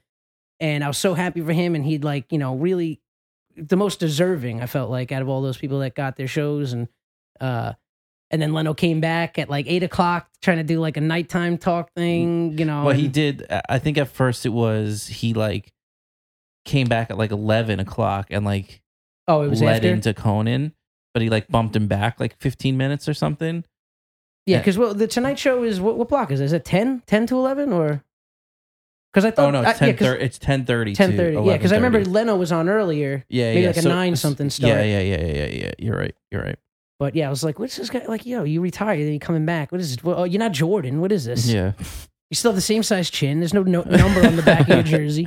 D: and I was so happy for him, and he'd like, you know, really the most deserving. I felt like out of all those people that got their shows, and uh, and then Leno came back at like eight o'clock trying to do like a nighttime talk thing, you know.
E: well, he
D: and-
E: did. I- I think at first it was he like came back at like eleven o'clock and like
D: oh, it was
E: led
D: after.
E: into Conan, but he like bumped him back like fifteen minutes or something.
D: Yeah, because well, the Tonight Show is what, what block is it? Is it 10? 10 to eleven or? Because I thought
E: oh no,
D: I-
E: it's
D: uh, yeah,
E: ten
D: 'cause-
E: thirty. It's ten thirty.
D: Ten thirty, yeah, because I remember Leno was on earlier,
E: Yeah,
D: maybe
E: yeah.
D: like a nine something start.
E: Yeah, yeah, yeah, yeah, yeah. You're right. You're right.
D: but yeah, I was like, "What's this guy like? Yo, you retired, then you coming back? What is this? Well, oh, you're not Jordan. What is this?
E: Yeah.
D: You still have the same size chin. There's no, no number on the back of your jersey."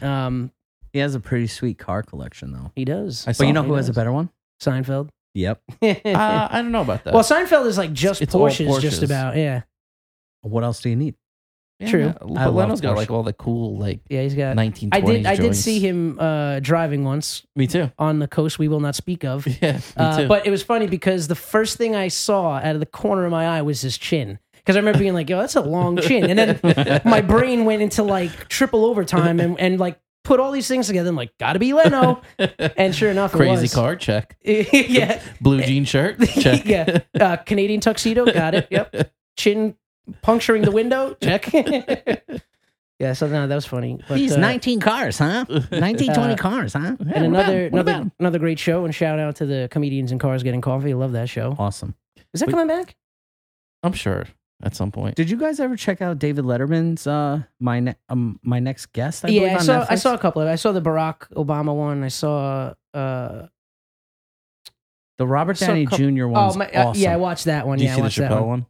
D: Um,
F: He has a pretty sweet car collection though.
D: he does.
E: I
F: But you know
E: it.
F: who has a better one?
D: Seinfeld.
F: Yep.
E: Uh, I don't know about that.
D: well, Seinfeld is like just
E: It's all
D: Porsches, just
E: Porsches.
D: about. Yeah,
F: What else do you need?
E: Yeah,
D: true.
E: no,
F: I
E: But
F: love
E: Leno's got
F: Porsche.
E: like all the cool like
D: yeah, he's got.
E: nineteen.
D: I did. I did see him uh, driving once
E: Me too.
D: on the coast we will not speak of.
E: Yeah, Mm. me
D: Uh,
E: too.
D: but it was funny because the first thing I saw out of the corner of my eye was his chin. Because I remember being like, yo, that's a long chin. And then my brain went into like triple overtime and, and like put all these things together. I'm like, gotta be Leno. And sure enough, it
E: crazy
D: was.
E: car check.
D: yeah.
E: Blue jean shirt. Check.
D: yeah. Uh, Canadian tuxedo. Got it. Yep. Chin puncturing the window. Check. yeah, Yeah, so no, that was funny. But,
F: These
D: uh,
F: 19 cars, huh? 19, 20
D: Uh,
F: cars, huh? Yeah,
D: and
F: what about
D: another
F: it?
D: another
F: What about it?
D: another great show. And shout out to the comedians in cars getting coffee. Love that show.
F: Awesome.
D: Is that
E: we-
D: coming back?
E: I'm sure at some point.
F: Did you guys ever check out David Letterman's uh my ne- um, my next guest? I
D: yeah,
F: believe,
D: I
F: on
D: saw I
F: Netflix?
D: saw a couple of. I saw the Barack Obama one. I saw. Uh,
F: the Robert
D: saw a
F: Downey
D: couple-
F: Jr.
D: oh
F: one's
D: my! uh,
F: awesome.
D: Yeah, I watched that one.
E: Do you
D: yeah, I
E: see the
D: watched that
E: Chappelle
D: one.
E: one?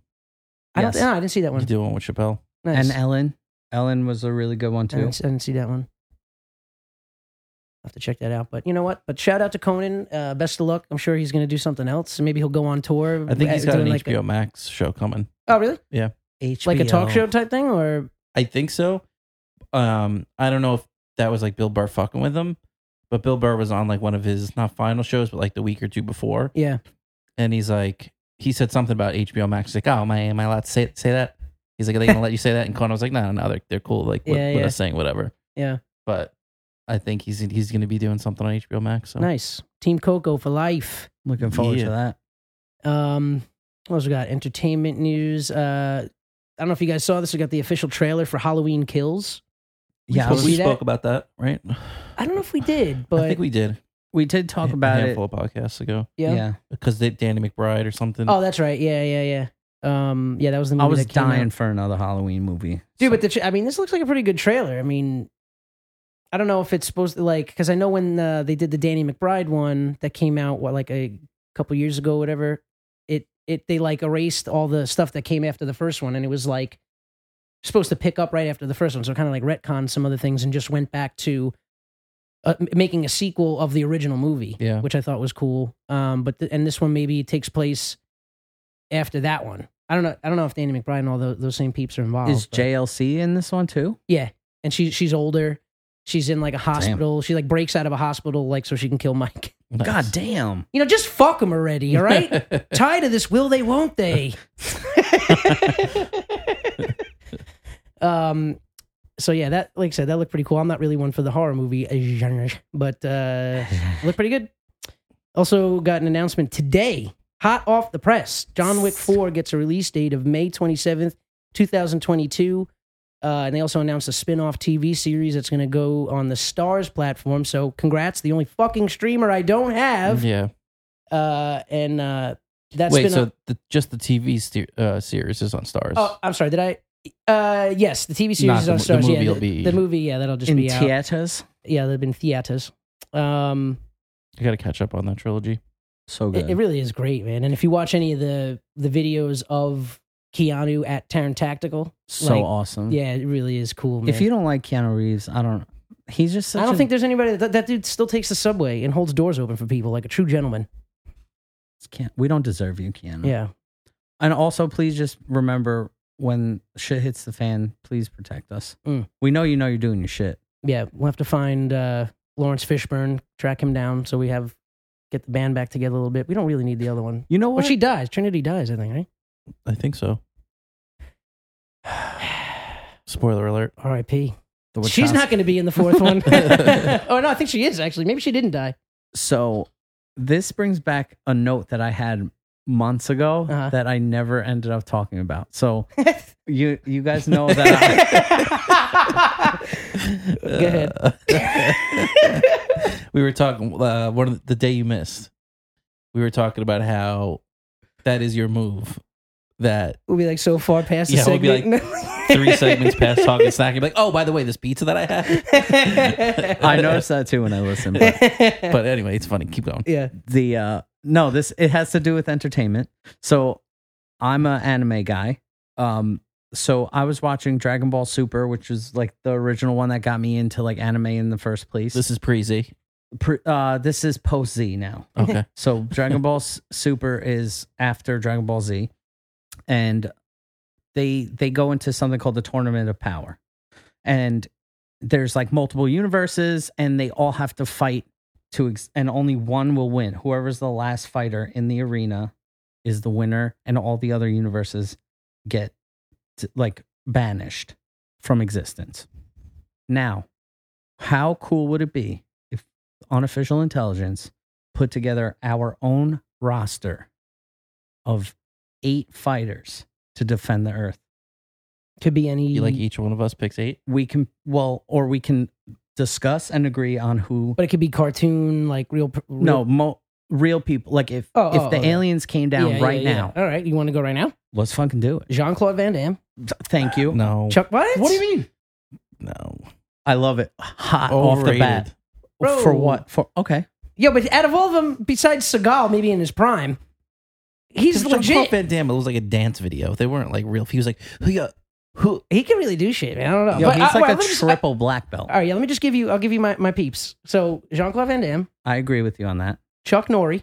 D: I don't.
F: Yes.
D: No, I didn't see that
E: You
D: one.
E: did one with Chappelle.
D: Nice.
F: and Ellen. Ellen was a really good one
D: I
F: too.
D: didn't, I didn't see that one. I'll have to check that out. But you know what? But shout out to Conan. Uh, best of luck. I'm sure he's going to do something else. Maybe he'll go on tour.
E: I think he's
D: uh,
E: got an
D: doing like
E: HBO Max show coming.
D: A, oh, really? Like a talk
F: HBO.
D: show type thing, or
E: I think so. Um, I don't know if that was like Bill Burr fucking with him, but Bill Burr was on like one of his not final shows, but like the week or two before,
D: yeah.
E: and he's like, he said something about HBO Max. He's like, oh, am I am I allowed to say say that? He's like, are they gonna let you say that? And Conan was like, no, no, no, they're they're cool, like with,
D: Yeah,
E: with
D: yeah.
E: us saying whatever.
D: Yeah.
E: but I think he's he's gonna be doing something on HBO Max. So.
D: Nice. Team Coco for life.
F: Looking forward
E: Yeah.
F: to that.
D: Um, what else we got? Entertainment news. Uh, I don't know if you guys saw this. We got the official trailer for Halloween Kills.
F: Yeah, I
D: supposed
E: But
F: was-
D: to
E: we
D: see that?
E: spoke about that, right?
D: I don't know if we did, but
E: I think we did
F: we did talk
E: a
F: about it.
E: handful of podcasts ago
D: yeah.
F: yeah.
E: because they Danny McBride or something.
D: Oh, that's right. Yeah, yeah, yeah. Um, yeah, that was the movie
F: I was
D: that came
F: dying
D: out.
F: for another Halloween movie.
D: dude. But the tra- I mean, this looks like a pretty good trailer. I mean, I don't know if it's supposed to like because I know when uh, they did the Danny McBride one that came out what like a couple years ago, whatever. It it they like erased all the stuff that came after the first one, and it was like supposed to pick up right after the first one, so kind of like retcon some other things and just went back to. Uh, m- making a sequel of the original movie,
E: Yeah.
D: which I thought was cool. Um, but th- and this one maybe takes place after that one. I don't know. I don't know if Danny McBride and all tho- those same peeps are involved.
F: Is
D: but-
F: JLC in this one too?
D: yeah, and she she's older. She's in like a hospital. She like breaks out of a hospital like so she can kill Mike.
E: Nice.
F: God damn.
D: You know, just fuck him already, all right? Tired of this will they won't they. um so yeah, that like I said, that looked pretty cool. I'm not really one for the horror movie uh, genre, but uh looked pretty good. Also got an announcement today, hot off the press. John Wick 4 gets a release date of May 27th, 2022. Uh, and they also announced a spin-off TV series that's going to go on the Stars platform. So congrats, the only fucking streamer I don't have.
E: yeah.
D: Uh, and uh, that's
E: Mm-hmm. Wait,
D: been
E: so the, just the TV ste uh, series is on Stars.
D: oh, I'm sorry. Did I? Uh, yes, the TV series is
E: Not the
D: on
E: mo- the
D: Stars. yeah,
E: movie will
D: the,
E: be-
D: the movie. Yeah, that'll just
F: In
D: be out.
F: theaters.
D: yeah, they've been theaters. Um,
E: I got to catch up on that trilogy.
F: So
D: it,
F: good.
D: it really is great, man. And if you watch any of the the videos of Keanu at Tarn Tactical,
F: so
D: like,
F: awesome.
E: Mm-hmm.
D: yeah, it really is cool. Man.
F: If you don't like Keanu Reeves, I don't he's just such
D: I don't
F: a-
D: think there's anybody that that dude still takes the subway and holds doors open for people like a true gentleman.
F: Keanu- we don't deserve you, Keanu.
E: Mm-hmm.
D: Yeah.
F: And also, please just remember when shit hits the fan, please protect us.
D: Mm.
F: We know you know you're doing your shit.
D: yeah, we'll have to find uh, Lawrence Fishburne, track him down, so we have get the band back together a little bit. We don't really need the other one.
F: You know
D: Well,
F: what?
D: she dies. Trinity dies, I think, right?
E: I think so. Spoiler alert.
D: R.I.P.
F: The
D: She's
F: Wachowski-
D: not going to be in the fourth one. oh no, I think she is actually. Maybe she didn't die.
F: So this brings back a note that I had months ago
D: Uh-huh.
F: that I never ended up talking about. So you you guys know that
E: Go
D: ahead.
E: we were talking uh, one of the, the day you missed. We were talking about how that is your move. That
D: We'll be like so far past the
E: Yeah, we'll
D: segment.
E: be three segments past talking snack, you're like, oh, by the way, this pizza that I had.
F: I, I noticed that too when I listened. But
E: But anyway, it's funny. Keep going.
D: yeah.
F: the uh no this it has to do with entertainment so i'm an anime guy um so i was watching dragon ball super which is like the original one that got me into like anime in the first place
E: This is Preezy.
F: Pre- uh this is post z now
E: Okay.
F: so Dragon Ball S- Super is after Dragon Ball Z, and they they go into something called the Tournament of Power, and there's like multiple universes, and they all have to fight to, ex- and only one will win. Whoever's the last fighter in the arena is the winner, and all the other universes get t- like banished from existence. Now, how cool would it be if unofficial intelligence put together our own roster of eight fighters to defend the earth.
D: Could be any.
E: You like E? each one of us picks eight.
F: we can well or we can discuss and agree on who
D: but it could be cartoon, like real. pr- real
F: no mo, real people like if
D: Oh,
F: if
D: oh,
F: the
D: oh, yeah.
F: aliens came down
D: Yeah, yeah,
F: right
D: yeah.
F: now
D: All right, you want to go right now?
F: let's fucking do it
D: Jean Claude Van Damme,
F: Th- thank you
E: No.
D: Chuck. What?
F: what do you mean
E: No.
F: i love it hot off the
E: Overrated.
F: bat
D: Bro.
F: for what for okay
D: Yeah, but out of all of them, besides Seagal, maybe in his prime, he's
E: Because
D: legit.
E: Jean-Claude Van Damme, it was like a dance video. They weren't like real. He was like, who ya? Who?
D: he can really do shit, man. I don't know.
F: Yo,
D: But,
F: he's
D: uh,
F: like
D: well,
F: a
D: let me just-
F: triple black belt
D: all right, yeah. Let me just give you. I'll give you my, my peeps. So Jean Claude Van Damme,
F: i agree with you on that
D: Chuck Norrie.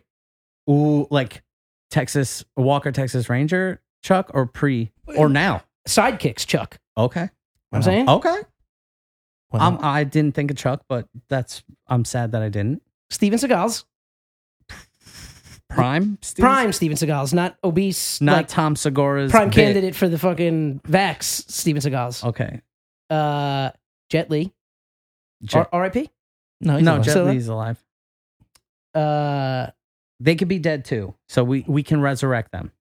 F: ooh like texas walker texas ranger chuck or pre or now
D: sidekicks Chuck.
F: okay
D: I'm saying
F: okay
E: Wow.
D: Um,
F: I'm- i didn't think of chuck but that's i'm sad that i didn't
D: Steven Seagal's
F: prime Steve?
D: prime. Steven Seagal's not obese.
F: not
D: like,
F: Tom Segura's
D: prime
F: bit.
D: candidate for the fucking vax. Steven Seagal's.
F: Okay,
D: Uh, Jet Li.
F: Jet-
D: R- R.I.P.
E: no, he's
F: no,
E: not.
F: Jet
D: So-
F: Li's alive.
D: Uh,
F: They could be dead too, so we we can resurrect them.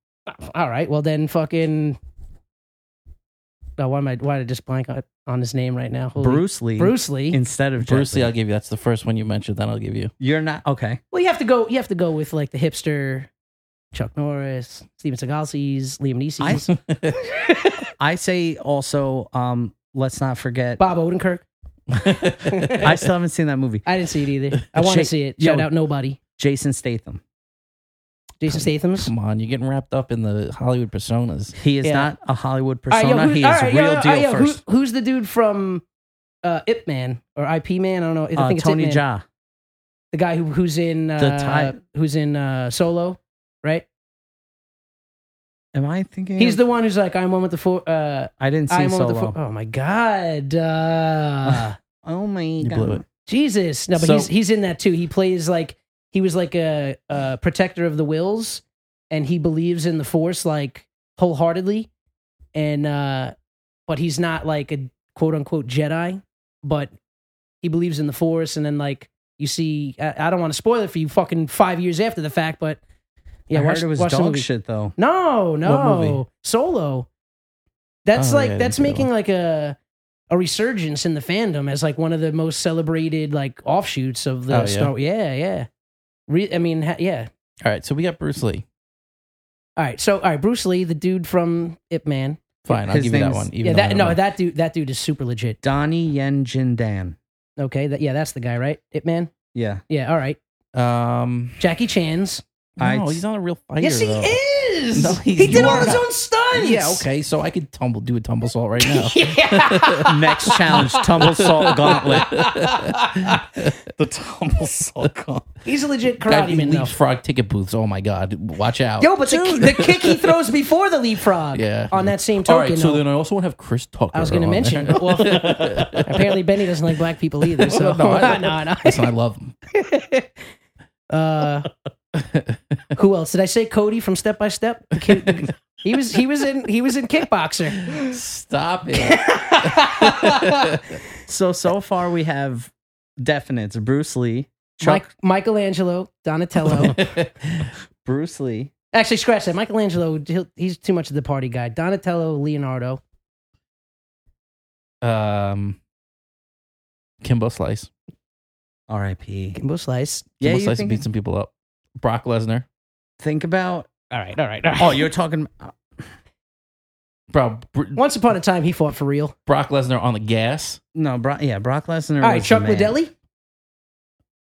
D: all right. Well then, fucking. Oh, why am I? Why did I just blank on, on his name right now? Holy-
F: Bruce Lee,
D: Bruce Lee.
F: instead of
E: Bruce
F: Bruce
E: Lee, I'll give you. That's the first one you mentioned. That I'll give you.
F: You're not okay.
D: well, you have to go. You have to go with like the hipster. Chuck Norris, Steven Seagal's, Liam Neeson's,
F: I say also, um, let's not forget.
D: Bob Odenkirk.
F: I still haven't seen that movie.
D: I didn't see it either. I want to
F: Shake-
D: see it.
F: yo.
D: Shout out nobody.
F: Jason Statham.
D: Jason Statham's.
E: Come on, you're getting wrapped up in the Hollywood personas.
F: He is
D: Yeah.
F: not a Hollywood
D: All right,
F: persona.
D: yo, who-
F: he is
D: all right, yo,
F: real
D: yo, all
F: deal
D: right, yo, who-
F: first.
D: who's the dude from uh, Ip Man or IP Man? I don't know. I think
F: Uh,
D: it's Ip
F: Tony
D: Man.
F: Ja.
D: the guy who who's in uh,
F: The Thai-
D: who's in uh, Solo, right?
F: Am I thinking?
D: He's
F: of-
D: the one who's like, I'm one with the four. Uh,
F: I didn't see
D: I'm one
F: Solo.
D: with the four. Oh my god, uh,
F: oh my
E: You
F: god!
E: blew it.
D: Jesus! No, but
E: So-
D: he's he's in that too. He plays like he was like a, a protector of the wills, and he believes in the force like wholeheartedly, and uh, but he's not like a quote unquote Jedi, but he believes in the force, and then like. You see, I, I don't want to spoil it for you. Fucking five years after the fact, but yeah,
F: I heard
D: watch,
F: it was
D: watch the
F: dog
D: movie.
F: shit though.
D: No,
E: movie?
D: no. Solo. That's
E: Oh,
D: like
E: yeah, I
D: that's
E: didn't see that
D: making like a a resurgence in the fandom as like one of the most celebrated like offshoots of the
E: Oh, yeah?
D: Star. Yeah, yeah. Re- I mean, ha- yeah.
E: All right, so we got Bruce Lee.
D: All right, so all right, Bruce Lee, the dude from Ip Man.
E: Fine, I'll
F: His
E: give you that
F: name's-
E: one. even
D: Yeah,
E: though I
D: that
E: don't
D: no,
E: know.
D: that dude, that dude is super legit.
F: Donnie Yen Jin Dan.
D: Okay, that yeah, that's the guy, right? Ip Man.
F: Yeah,
D: Yeah, all right.
E: Um,
D: Jackie Chan's.
F: I-
E: no, he's not a real fighter.
D: yes, he
E: though.
D: is.
E: No, he's
D: he did all
E: not.
D: his own stunts.
E: Yeah, okay, so I could tumble, do a tumble salt right now.
D: yeah.
F: Next challenge: tumble salt gauntlet.
E: the tumble salt gauntlet.
D: He's a legit karate man though.
E: Leapfrog ticket booths. Oh my god, watch out.
D: Yo, but the, the kick he throws before the leapfrog.
E: Yeah.
D: On that same
E: All
D: token,
E: right, so
D: though,
E: then I also want to have Chris Tucker.
D: I was going to
E: on
D: mention.
E: there.
D: Well, apparently Benny doesn't like black people either. So
E: No, I don't.
D: no, no.
E: Listen, I love him.
D: Uh, who else did I say? Cody from Step by Step. The kid- He was he was in he was in Kickboxer.
E: Stop it.
F: So so far we have definites: Bruce Lee, Chuck,
D: Mike, Michelangelo, Donatello.
F: Bruce Lee.
D: Actually, scratch that. Michelangelo. He'll, he's too much of the party guy. Donatello, Leonardo.
E: um, Kimbo Slice.
F: R.I.P.
D: Kimbo Slice.
F: Yeah,
E: Kimbo
F: you
E: Slice beat
F: think,
E: some people up. Brock Lesnar.
F: think about.
D: All right, all right, all right.
F: Oh, you're talking.
E: Bro, Br-
D: Once upon a time, he fought for real.
E: Brock Lesnar on the gas.
F: No, Brock, yeah, Brock Lesnar.
D: All right, Chuck Liddell.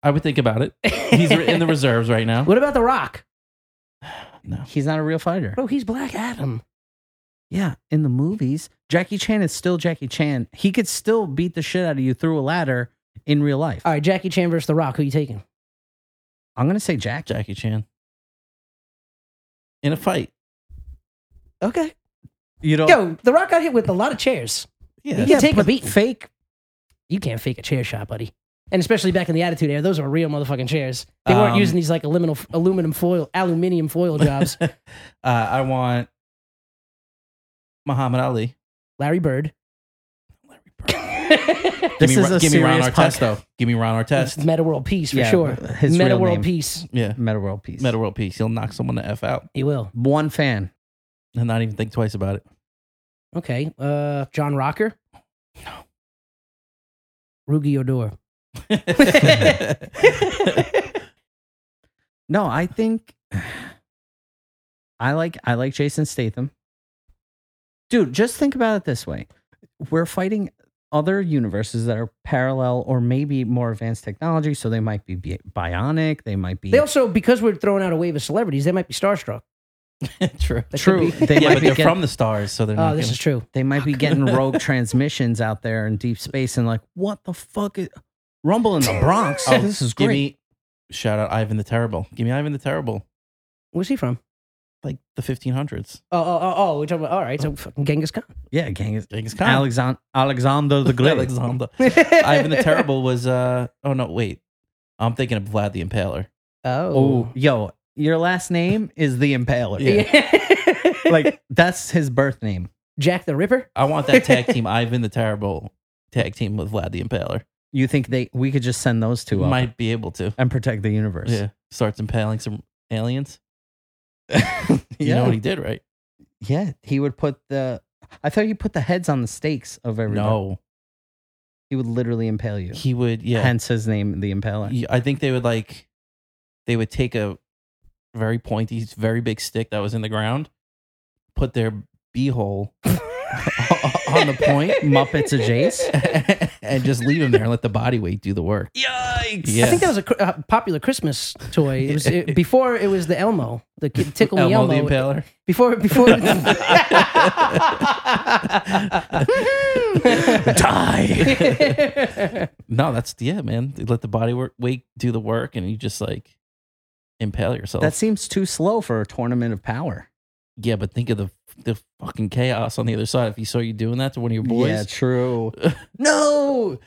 E: I would think about it. He's re- in the reserves right now.
D: What about The Rock?
E: No.
F: He's not a real fighter.
D: Bro, he's Black Adam.
F: Yeah, in the movies, Jackie Chan is still Jackie Chan. He could still beat the shit out of you through a ladder in real life.
D: All right, Jackie Chan versus The Rock. Who you taking?
F: I'm gonna say Jack.
E: Jackie Chan. In a fight.
D: Okay.
F: You know,
D: Yo, The Rock got hit with a lot of chairs.
E: Yeah.
D: He can take a
F: but
D: beating.
F: Fake.
D: You can't fake a chair shot, buddy. And especially back in the Attitude Era, those were real motherfucking chairs. They weren't
E: Um,
D: using these like aluminum aluminum foil aluminium foil jobs.
E: uh, I want Muhammad Ali.
D: Larry Bird,
E: Give
F: This
E: me,
F: is
E: Ro-
F: a
E: give me Ron
F: serious
E: Artest,
F: podcast.
E: though. Give me Ron Artest.
D: Meta World Peace for
F: Yeah,
D: sure.
F: his
D: Meta
F: real
D: World
F: name.
D: Peace.
E: Yeah.
F: Meta World Peace.
E: Meta World Peace. He'll knock someone the F out
D: He will.
F: One fan.
E: and not even think twice about it.
D: Okay. Uh, John Rocker. No. Rugi Odor.
F: No, I think I like I like Jason Statham. Dude, just think about it this way. We're fighting other universes that are parallel or maybe more advanced technology, so they might be bi- bionic, they might be
D: They also, because we're throwing out a wave of celebrities, they might be starstruck.
E: True.
D: They could
F: true.
D: be-
F: They
E: yeah,
F: might
E: but
F: be
E: they're
F: getting,
E: from the stars, so they're
D: Oh,
E: not.
D: this
E: gonna-
D: is true.
F: they might be getting rogue transmissions out there in deep space and like, what the fuck is Rumble in the Bronx?
E: Oh,
F: this is
E: Give
F: great.
E: me shout out Ivan the Terrible. Give me Ivan the Terrible.
D: Where's he from?
E: Like the 1500s.
D: Oh, oh, oh, oh, we're talking about, all right, so fucking Genghis Khan.
F: yeah, gang is
E: Genghis Khan.
F: Alexander Alexander the Great.
E: Alexander. Ivan the Terrible was. uh Oh no, wait. I'm thinking of Vlad the Impaler.
F: Oh,
D: Oh.
F: yo, your last name is the Impaler.
E: Yeah.
F: like that's his birth name.
D: Jack the Ripper?
E: I want that tag team, Ivan the Terrible tag team with Vlad the Impaler.
F: You think they we could just send those two up
E: Might be able to.
F: and protect the universe?
E: Yeah. Starts impaling some aliens. You
F: Yeah.
E: know what he did, right?
F: Yeah, he would put the. I thought you put the heads on the stakes of everybody.
E: No.
F: he would literally impale you.
E: He would, yeah.
F: Hence his name, the Impaler.
E: Yeah, I think they would like they would take a very pointy, very big stick that was in the ground, put their beehole on the point,
F: Muppets of Jace.
E: and just leave him there and let the body weight do the work.
F: Yikes!
E: Yeah,
D: I think that was a cr- uh, popular Christmas toy. It was it, before it was the Elmo, the kid, Tickle Me
E: Elmo
D: Elmo.
E: the Impaler.
D: Before, before.
E: Die. no, that's yeah, man. They let the body work, weight do the work, and you just like impale yourself.
F: That seems too slow for a tournament of power.
E: yeah, but think of the the fucking chaos on the other side if you saw you doing that to one of your boys.
F: Yeah, true. no,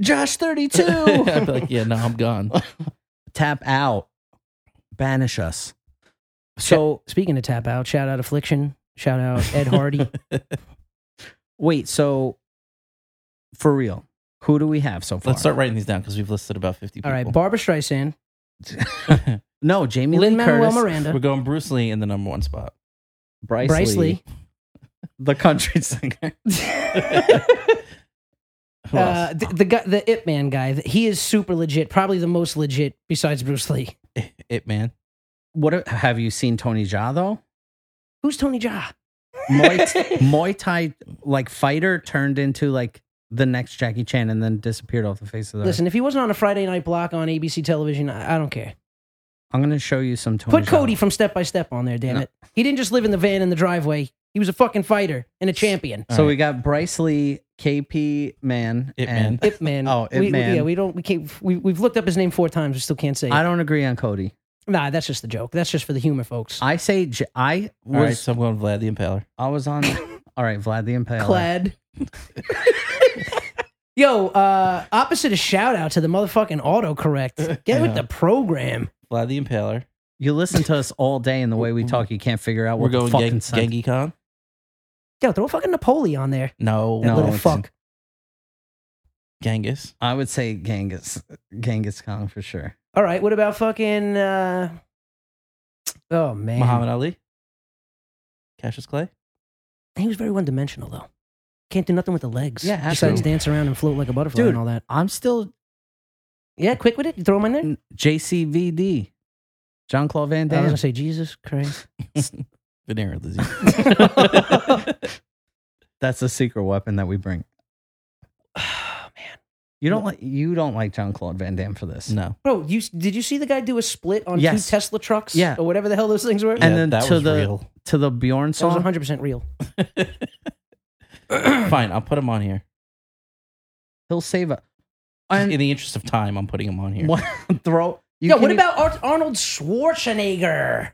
F: Josh, thirty-two.
E: I'd be like, yeah, no, I'm gone.
F: tap out, banish us. So
D: Speaking of tap out, shout out Affliction. Shout out Ed Hardy.
F: wait, so for real, who do we have so far?
E: Let's start writing these down because we've listed about 50 people.
D: All right, Barbara Streisand,
F: No, Jamie Lynn
D: Lin
F: Lee
D: Manuel
F: Curtis,
E: We're
D: Miranda,
E: going Bruce Lee in the number one spot.
F: Bryce,
D: Bryce
F: Lee,
D: Lee,
F: the country singer.
E: Who
D: uh, the, the guy, the Ip Man guy. He is super legit. Probably the most legit besides Bruce Lee.
E: else? It Man.
F: What a- have you seen Tony Jaa though?
D: Who's Tony Jaa?
F: Muay, Muay Thai like fighter turned into like the next Jackie Chan and then disappeared off the face of the earth.
D: Listen, if he wasn't on a Friday night block on ABC television, I, I don't care.
F: I'm gonna show you some Tony.
D: Put
F: Jaa.
D: Cody from Step by Step on there, damn
F: No.
D: it. He didn't just live in the van in the driveway. He was a fucking fighter and a champion.
F: So we got Bryce Lee, KP Man,
E: Ip
F: and
D: Ip Man.
F: Oh, Ip
D: we, we-
F: Man.
D: yeah, we don't. We can't. We, we've looked up his name four times. We still can't say.
F: I
D: It.
F: don't agree on Cody.
D: Nah, that's just the joke. That's just for the humor, folks.
F: I say J- I was
E: All right, so I'm going Vlad the Impaler.
F: I was on. all right, Vlad the Impaler.
D: Clad. Yo, uh, opposite a shout out to the motherfucking autocorrect. Get with the program.
E: Vlad the Impaler.
F: You listen to us all day, and the way we talk, you can't figure out
E: We're
F: what
E: going
F: the fucking
E: Gen-
F: sentence-
E: Genghis Khan.
D: Yo, throw a fucking Napoli on there.
E: No,
D: That
F: No,
D: little
F: it's-
D: fuck.
E: Genghis.
F: I would say Genghis, Genghis Khan for sure.
D: All right, what about fucking? Uh, oh man,
E: Muhammad Ali. Cassius Clay.
D: He was very one dimensional though. Can't do nothing with the legs.
F: Yeah,
D: besides
F: absolutely.
D: dance around and float like a butterfly
F: Dude.
D: and all that.
F: I'm still
D: Yeah, quick with it. You throw him in there.
F: JCVD, John Claude
D: I
F: Van
D: was
F: Damme.
D: gonna say Jesus Christ.
E: Venereal disease.
D: Oh.
F: That's a secret weapon that we bring. You don't like you don't like John Claude Van Damme for this.
E: no.
D: Bro, you did you see the guy do a split on
F: Yes.
D: two Tesla trucks?
F: Yeah.
D: or whatever the hell those things were.
F: And then
E: that
F: to
E: was
F: the-
E: real.
F: To the
D: That
F: Bjorn
D: was
F: song,
D: 100 percent real.
E: Fine, I'll put him on here.
F: he'll save it.
E: Just
F: And
E: in the interest of time, I'm putting him on here.
F: what, throw. You
D: Yo, what
F: can-
D: about Ar- Arnold Schwarzenegger?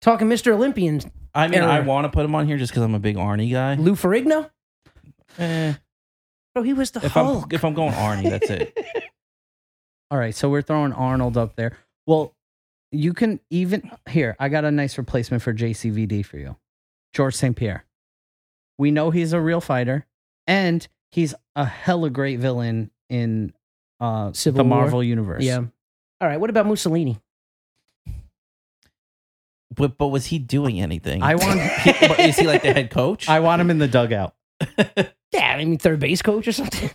D: Talking Mr. Olympian,
E: I mean, I
D: Error.
E: want to put him on here just because I'm a big Arnie guy.
D: Lou Ferrigno.
E: Eh,
D: Bro, he was the
E: if I'm
D: Hulk.
E: if I'm going Arnie, that's it.
F: All right, so we're throwing Arnold up there. Well, you can even here. I got a nice replacement for JCVD for you, George St. Pierre. We know he's a real fighter, and he's a hella great villain in uh,
D: Civil
F: the
D: War.
F: Marvel universe.
D: yeah. All right. What about Mussolini?
E: But, but was he doing anything?
F: I want-
E: He- but is he like the head coach?
F: I want him in the dugout.
D: Yeah, I mean third base coach or something.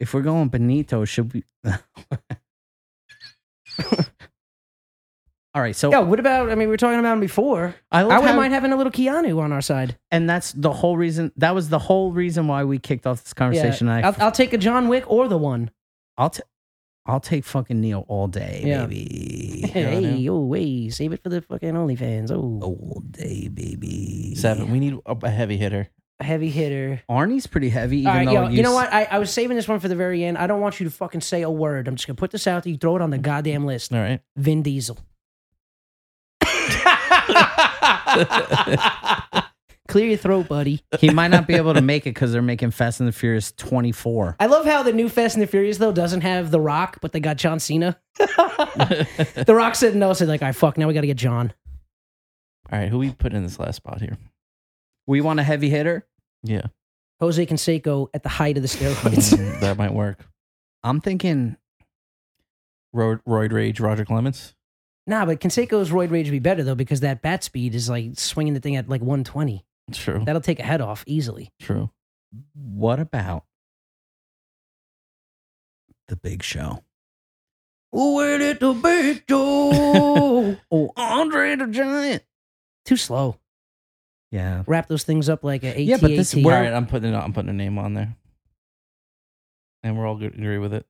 F: If we're going Benito, should we? All right, so
D: Yeah, what about? I mean, we were talking about him before.
F: I
D: I
F: love
D: wouldn't
F: how-
D: mind having a little Keanu on our side.
F: and that's the whole reason. That was the whole reason why we kicked off this
D: Yeah,
F: conversation. I,
D: I'll, I'll take a John Wick or the one.
F: I'll t- I'll take fucking Neil all day,
D: Yeah.
F: baby. You know what I mean?
D: Hey, oh, hey, save it for the fucking OnlyFans. Oh,
F: all day, baby.
E: Seven. We need a, a heavy hitter.
D: a heavy hitter.
F: Arnie's pretty heavy, even
D: All right,
F: though
D: yo, you, know
F: s-
D: what? I, I was saving this one for the very end. I don't want you to fucking say a word. I'm just gonna put this out there. You throw it on the goddamn list.
E: All right.
D: Vin Diesel. Clear your throat, buddy.
F: he might not be able to make it because they're making Fast and the Furious 24.
D: I love how the new Fast and the Furious though doesn't have The Rock, but they got John Cena. the Rock said no, said like, "I fuck, now we got to get John."
E: All right. Who we put in this last spot here?
F: We want a heavy hitter.
E: Yeah.
D: Jose Canseco at the height of the steroids.
E: Mm, that might work.
F: I'm thinking
E: Roid, Roid Rage, Roger Clemens.
D: nah, but Canseco's roid rage would be better though because that bat speed is like swinging the thing at like 120.
E: True.
D: That'll take a head off easily.
E: True.
F: what about the big show?
D: Where did the big Joe?
F: Oh, Andre the Giant.
D: Too slow.
F: Yeah.
D: Wrap those things up like a AT.
F: Yeah, but this-
E: All
F: Where-
E: right. I'm putting it. I'm putting a name on there, and we're all good, agree with it.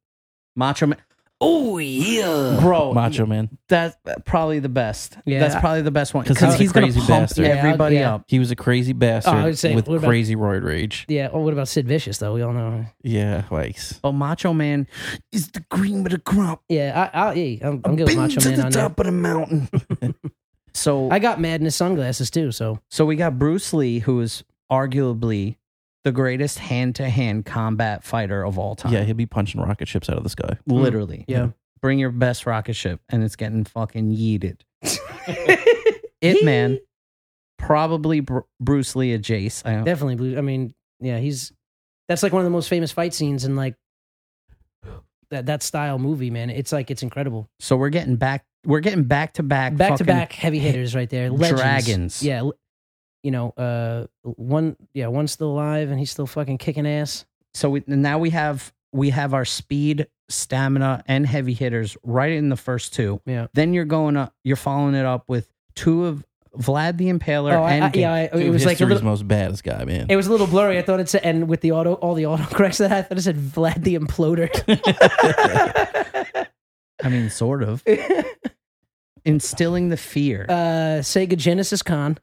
F: Macho Man. Oh, yeah.
D: Oh,
F: Bro,
E: Macho Man.
F: that's probably the best.
D: Yeah.
F: That's probably the best one.
E: 'Cause
F: Because
E: he's a
F: he's going to
E: crazy
F: pump
E: bastard.
D: Yeah,
F: everybody
D: yeah.
F: up.
E: He was a crazy bastard
D: Oh, I was saying,
E: with
D: what about-
E: crazy roid rage.
D: Yeah. Or what about Sid Vicious though? We all know.
E: Yeah, likes.
F: But Oh, Macho Man is the cream of the crop.
D: Yeah. I, I, yeah, I'm, I'm good with
F: Been
D: Macho
F: to
D: Man
F: the
D: on that.
F: top of the mountain. so
D: I got Madness sunglasses too. So
F: So we got Bruce Lee, who is arguably the greatest hand to hand combat fighter of all time.
E: Yeah, he'll be punching rocket ships out of the sky.
F: literally.
D: mm, Yeah.
F: Bring your best rocket ship and it's getting fucking yeeted. It man, probably Br- Bruce Lee and Jace. I don't,
D: Definitely blue. I mean, yeah, he's that's like one of the most famous fight scenes in like that that style movie, man. It's like it's incredible.
F: so we're getting back we're getting back to back
D: Back to
F: fucking-
D: back heavy hitters right there. Legends.
F: Dragons.
D: Yeah. l- You know, uh one yeah, one's still alive and he's still fucking kicking ass.
F: So we, now we have we have our speed, stamina, and heavy hitters right in the first two.
D: Yeah.
F: Then you're going up you're following it up with two of Vlad the Impaler
D: Oh, I,
F: and
D: I, yeah, I, it
E: Dude,
D: was like a
E: history's
D: little,
E: most baddest guy, man.
D: it was a little blurry. I thought it said and with the auto all the auto corrects that I thought it said Vlad the Imploder.
F: I mean, sort of. Instilling the fear.
D: uh Sega Genesis Con.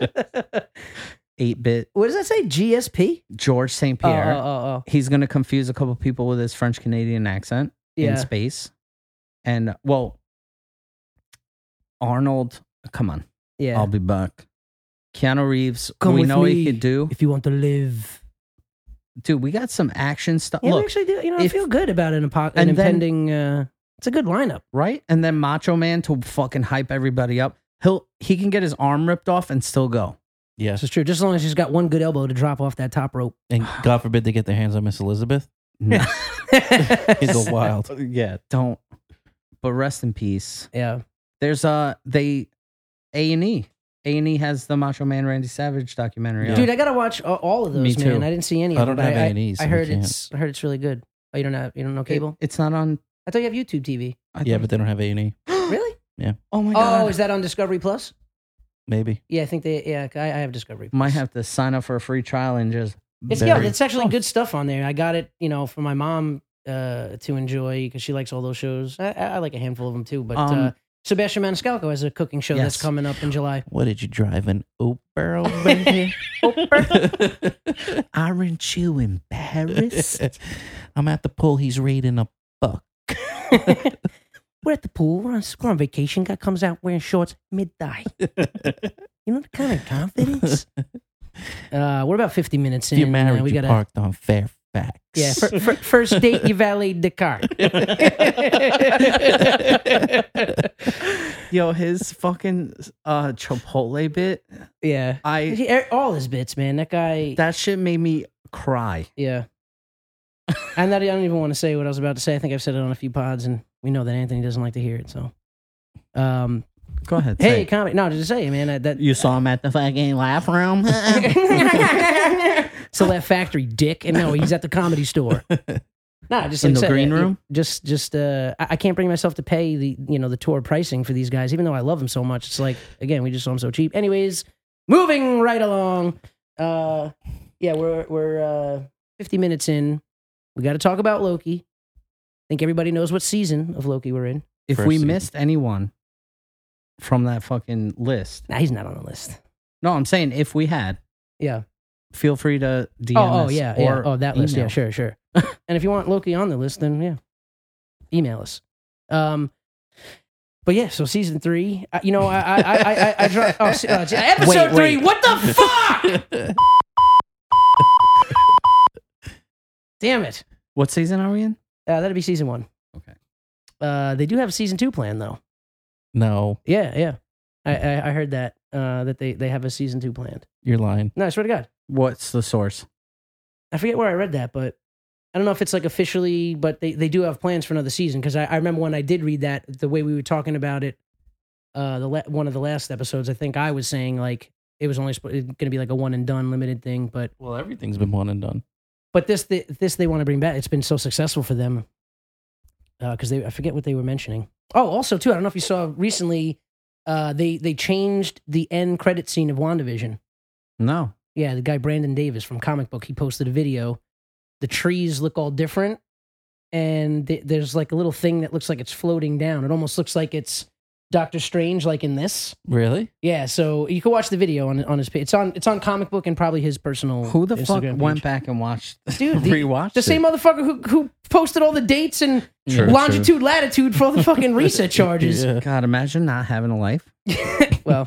F: 8 bit
D: What does that say? GSP?
F: George St.
D: Oh,
F: Pierre.
D: oh, oh, oh.
F: He's going to confuse a couple people with his French Canadian accent in
D: Yeah.
F: space. And, well, Arnold, come on.
D: Yeah.
F: I'll be back. Keanu Reeves,
D: Come
F: we
D: with
F: know he
D: me.
F: could do.
D: if you want to live.
F: Dude, we got some action stuff.
D: Yeah, we
F: Look,
D: actually do. You know, I
F: if-
D: feel good about an, apo- an
F: and then-
D: impending. uh, it's a good lineup.
F: right? And then Macho Man to fucking hype everybody up. He'll he can get his arm ripped off and still go.
E: yeah.
D: This is true. Just as long as he's got one good elbow to drop off that top rope.
E: And God forbid they get their hands on Miss Elizabeth. He'd go wild.
F: yeah, don't. But rest in peace.
D: yeah.
F: There's uh they A and E. A and E has the Macho Man Randy Savage documentary. out.
D: dude, I gotta watch a- all of those,
F: Me
D: man.
F: too.
D: I didn't see any.
E: I
D: of them,
E: don't
D: but
E: have
D: I,
E: A&E, so
D: I
E: I
D: heard
E: can't.
D: it's. I heard it's really good. Oh, you don't have. You don't know
F: It-
D: cable?
F: it's not on.
D: I thought you have YouTube TV.
F: I
E: Yeah,
F: thought-
E: but they don't have A and E.
D: Really?
F: oh my
D: Oh,
F: god,
D: is that on Discovery Plus?
E: Maybe.
D: Yeah, I think they. Yeah, I, I have Discovery.
F: might have to sign up for a free trial and just.
D: It's
F: bury-
D: yeah, it's actually good stuff on there. I got it, you know, for my mom uh, to enjoy because she likes all those shows. I, I I like a handful of them too. But
F: Um,
D: uh, Sebastian Maniscalco has a cooking show that's
F: Yes.
D: coming up in July.
E: What did you drive an Uber over here?
F: Aren't you embarrassed?
E: I'm at the pool. He's raiding a buck.
D: We're at the pool. We're on, we're on vacation. Guy comes out wearing shorts mid thigh. You know the kind of confidence. uh, we're about fifty minutes in.
E: If you're married,
D: uh, we
E: you
D: gotta.
E: parked on Fairfax.
D: Yeah, fir- fir- first date you valet the car.
F: Yo, his fucking uh Chipotle bit.
D: yeah,
F: I
D: He- all his bits, man. That guy.
F: that shit made me cry.
D: Yeah. and that I don't even want to say what I was about to say. I think I've said it on a few pods, and we know that Anthony doesn't like to hear it. So Um,
F: Go ahead. say
D: hey,
F: it.
D: comment. No, just say, man, that,
F: you saw him at the fucking laugh room.
D: that so that factory dick. And no, he's at the comedy store. Nah, just
F: In
D: like
F: the
D: said,
F: green
D: it-
F: room?
D: Just, just, uh, I I can't bring myself to pay the, you know, the tour pricing for these guys, even though I love them so much. It's like, again, we just saw them so cheap. Anyways, moving right along. Uh, yeah, we're we're uh, 50 minutes in. We got to talk about Loki. I think everybody knows what season of Loki we're in.
F: if
E: First
F: we
E: season.
F: missed anyone from that fucking list,
D: Nah, he's not on the list.
F: no, I'm saying if we had,
D: Yeah.
F: feel free to DM
D: Oh, oh
F: us
D: yeah,
F: or
D: yeah. Oh, that list. Yeah,
F: email.
D: sure, sure. and if you want Loki on the list, then yeah, email us. Um, but yeah, so season three. Uh, you know, I I I I, I, I dro- oh, se- uh, episode
F: Wait, wait.
D: three. What the fuck? Damn it.
F: What season are we in?
D: Uh, that'd be season one.
F: Okay.
D: Uh, they do have a season two plan though.
E: No,
D: Yeah, yeah. I I, I heard that uh, that they they have a season two planned.
E: you're lying.
D: No, I swear to God.
F: What's the source?
D: I forget where I read that, but I don't know if it's like officially, but they, they do have plans for another season because I, I remember when I did read that, the way we were talking about it, uh, the la- one of the last episodes, I think I was saying like it was only sp- going to be like a one and done limited thing, but
E: Well, everything's been one and done.
D: but this th- this they want to bring back. It's been so successful for them because they I forget what they were mentioning. Oh, also too, I don't know if you saw recently, uh, they they changed the end credit scene of Wandavision.
F: No.
D: Yeah, the guy Brandon Davis from Comic Book, he posted a video. The trees look all different, and th- there's like a little thing that looks like it's floating down. It almost looks like it's Doctor Strange, like in this.
E: Really?
D: Yeah, so you can watch the video on on his. pa- It's on it's on Comic Book and probably his personal.
F: Who the fuck
D: Instagram page.
F: went back and watched
D: Dude, the-
F: rewatched
D: The same
F: it?
D: motherfucker who who posted all the dates and
E: True,
D: longitude, latitude for all the fucking reset charges.
E: Yeah.
F: God, imagine not having a life.
D: Well,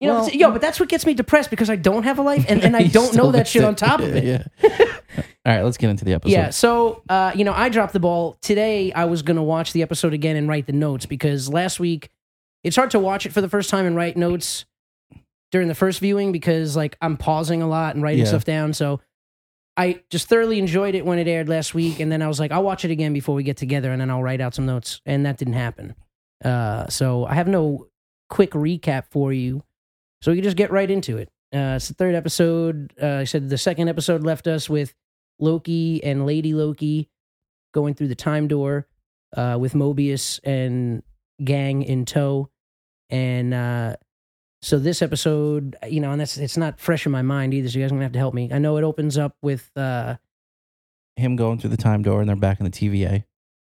D: you know,
F: Well-
D: yo, but that's what gets me depressed because I don't have a life and, and I
E: You
D: don't know
E: still
D: that shit
E: did
D: on top of it.
E: Yeah. All right, let's get into the episode.
D: Yeah. So, uh, you know, I dropped the ball today. I was gonna watch the episode again and write the notes because last week it's hard to watch it for the first time and write notes during the first viewing because like I'm pausing a lot and writing
E: Yeah.
D: stuff down. So I just thoroughly enjoyed it when it aired last week, and then I was like, I'll watch it again before we get together, and then I'll write out some notes, and that didn't happen. Uh, so I have no quick recap for you, so we can just get right into it. Uh, it's the third episode. Uh, I said the second episode left us with Loki and Lady Loki going through the time door uh, with Mobius and gang in tow. And uh, so this episode, you know, and that's it's not fresh in my mind either. So you guys are gonna have to help me. I know it opens up with uh,
E: Him going through the time door and they're back in the TVA.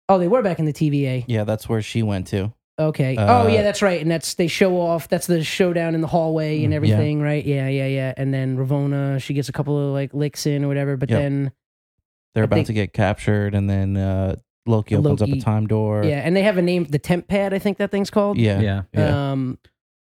D: oh they were back in the TVA.
E: Yeah, that's where she went to.
D: Okay.
E: Uh,
D: oh yeah, that's right. And that's they show off. That's the showdown in the hallway and
E: Mm, yeah.
D: everything, right? Yeah, yeah, yeah. And then Ravona, she gets a couple of like licks in or whatever. But
E: Yep.
D: then I
E: They're about
D: think-
E: to get captured, and then uh, Loki opens up
D: Loki-
E: a time door.
D: yeah, and they have a name, the temp pad, I think that thing's called.
E: yeah,
F: Yeah.
E: yeah.
D: Um,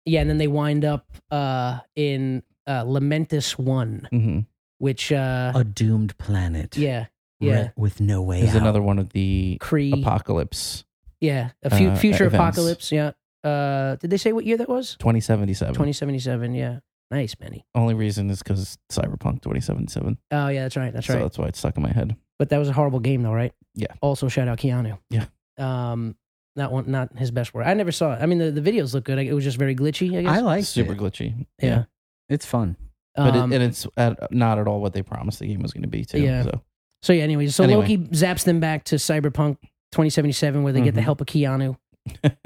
D: yeah, and then they wind up uh in uh, Lamentus One,
E: hmm
D: which uh,
F: A doomed planet.
D: yeah, yeah,
F: Re- With no way
E: There's
F: out.
E: another one of the
D: Cree,
E: apocalypse
D: yeah, a fu-
E: uh,
D: future
E: events.
D: apocalypse. Yeah. Uh, did they say what year that was?
E: 2077.
D: Twenty seventy seven. Yeah. Nice, Benny.
E: Only reason is because Cyberpunk 2077.
D: Oh yeah, that's right. That's
E: so
D: right.
E: that's why it's stuck in my head.
D: But that was a horrible game, though, right?
E: Yeah.
D: Also, shout out Keanu.
E: Yeah.
D: Um, not one, not his best work. I never saw it. I mean, the, the videos look good. It was just very glitchy. I guess.
F: I like
E: Super
F: it.
E: glitchy.
D: yeah.
F: It's fun.
E: But
D: Um,
E: it, and it's at, not at all what they promised the game was going to be, too.
D: Yeah.
E: So.
D: So yeah, anyways, so
E: Anyway.
D: Loki zaps them back to Cyberpunk 2077, where they get the
E: Mhm.
D: help of Keanu.